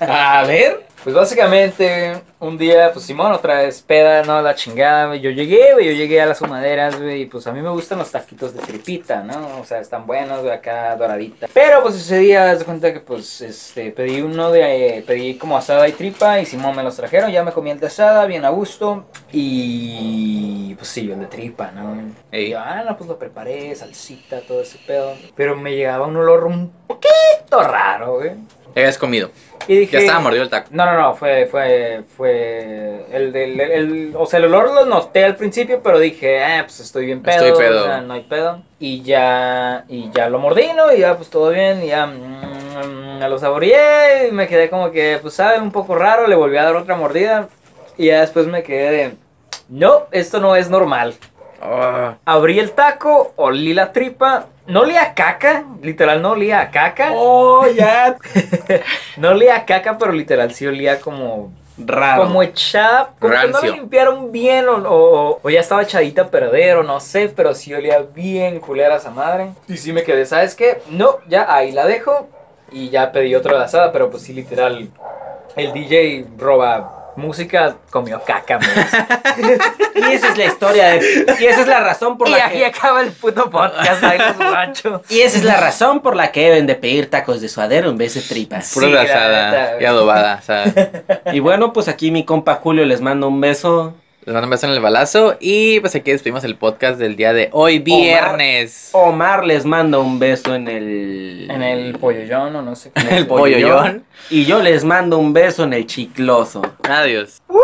Speaker 3: A ver.
Speaker 2: Pues básicamente, un día, pues Simón, otra vez peda, ¿no? La chingada, güey. Yo llegué, güey, yo llegué a las humaderas, güey, y pues a mí me gustan los taquitos de tripita, ¿no? O sea, están buenos, de acá, doradita. Pero pues ese día, haz de cuenta que, pues, este, pedí uno de, eh, pedí como asada y tripa, y Simón me los trajeron, ya me comí el de asada, bien a gusto, y pues sí, yo el de tripa, ¿no? Y
Speaker 1: Ey.
Speaker 2: yo, ah, no, pues lo preparé, salsita, todo ese pedo. Pero me llegaba un olor un poquito raro, güey.
Speaker 1: Ya habías comido.
Speaker 2: Y dije,
Speaker 1: Ya estaba mordido el taco.
Speaker 2: no, no, no, fue, fue, fue, el del, el, el- o sea, el olor lo noté al principio, pero dije, ah, pues estoy bien pedo,
Speaker 1: Estoy pedo.
Speaker 2: o sea, no hay pedo, y ya, y ya lo mordí, ¿no? Y ya, pues, todo bien, y ya, mm, me lo saboreé, y me quedé como que, pues, sabe, un poco raro, le volví a dar otra mordida, y ya después me quedé de, no, esto no es normal,
Speaker 1: Oh,
Speaker 2: abrí el taco, olí la tripa, no olía a caca, literal, no olía a caca,
Speaker 3: Oh, ya.
Speaker 2: no olía a caca, pero literal sí olía como
Speaker 3: Raro.
Speaker 2: como echada, como que no la
Speaker 1: Rancio.
Speaker 2: limpiaron bien o, o- o ya estaba echadita a perder o no sé, pero sí olía bien culera esa madre. Y sí me quedé, ¿sabes qué? No, ya ahí la dejo y ya pedí otra de asada, pero pues sí, literal, el DJ roba música, comió caca, man.
Speaker 3: Y esa es la historia de. Y esa es la razón por
Speaker 2: Y
Speaker 3: la
Speaker 2: ahí
Speaker 3: que.
Speaker 2: acaba el puto podcast, ahí los macho.
Speaker 3: Y esa es la razón por la que deben de pedir tacos de suadero en vez de tripas.
Speaker 1: pura
Speaker 2: Sí, la neta,
Speaker 1: asada y
Speaker 2: güey.
Speaker 1: adobada. O sea,
Speaker 3: Y bueno, pues aquí mi compa Julio les manda un beso.
Speaker 1: les mando un beso en el balazo. Y pues aquí despedimos el podcast del día de hoy, viernes.
Speaker 3: Omar les manda un beso en el.
Speaker 2: En el pollollón o no sé qué.
Speaker 1: El pollo
Speaker 3: Y yo les mando un beso en el chicloso.
Speaker 1: Adiós.
Speaker 2: ¡Woo!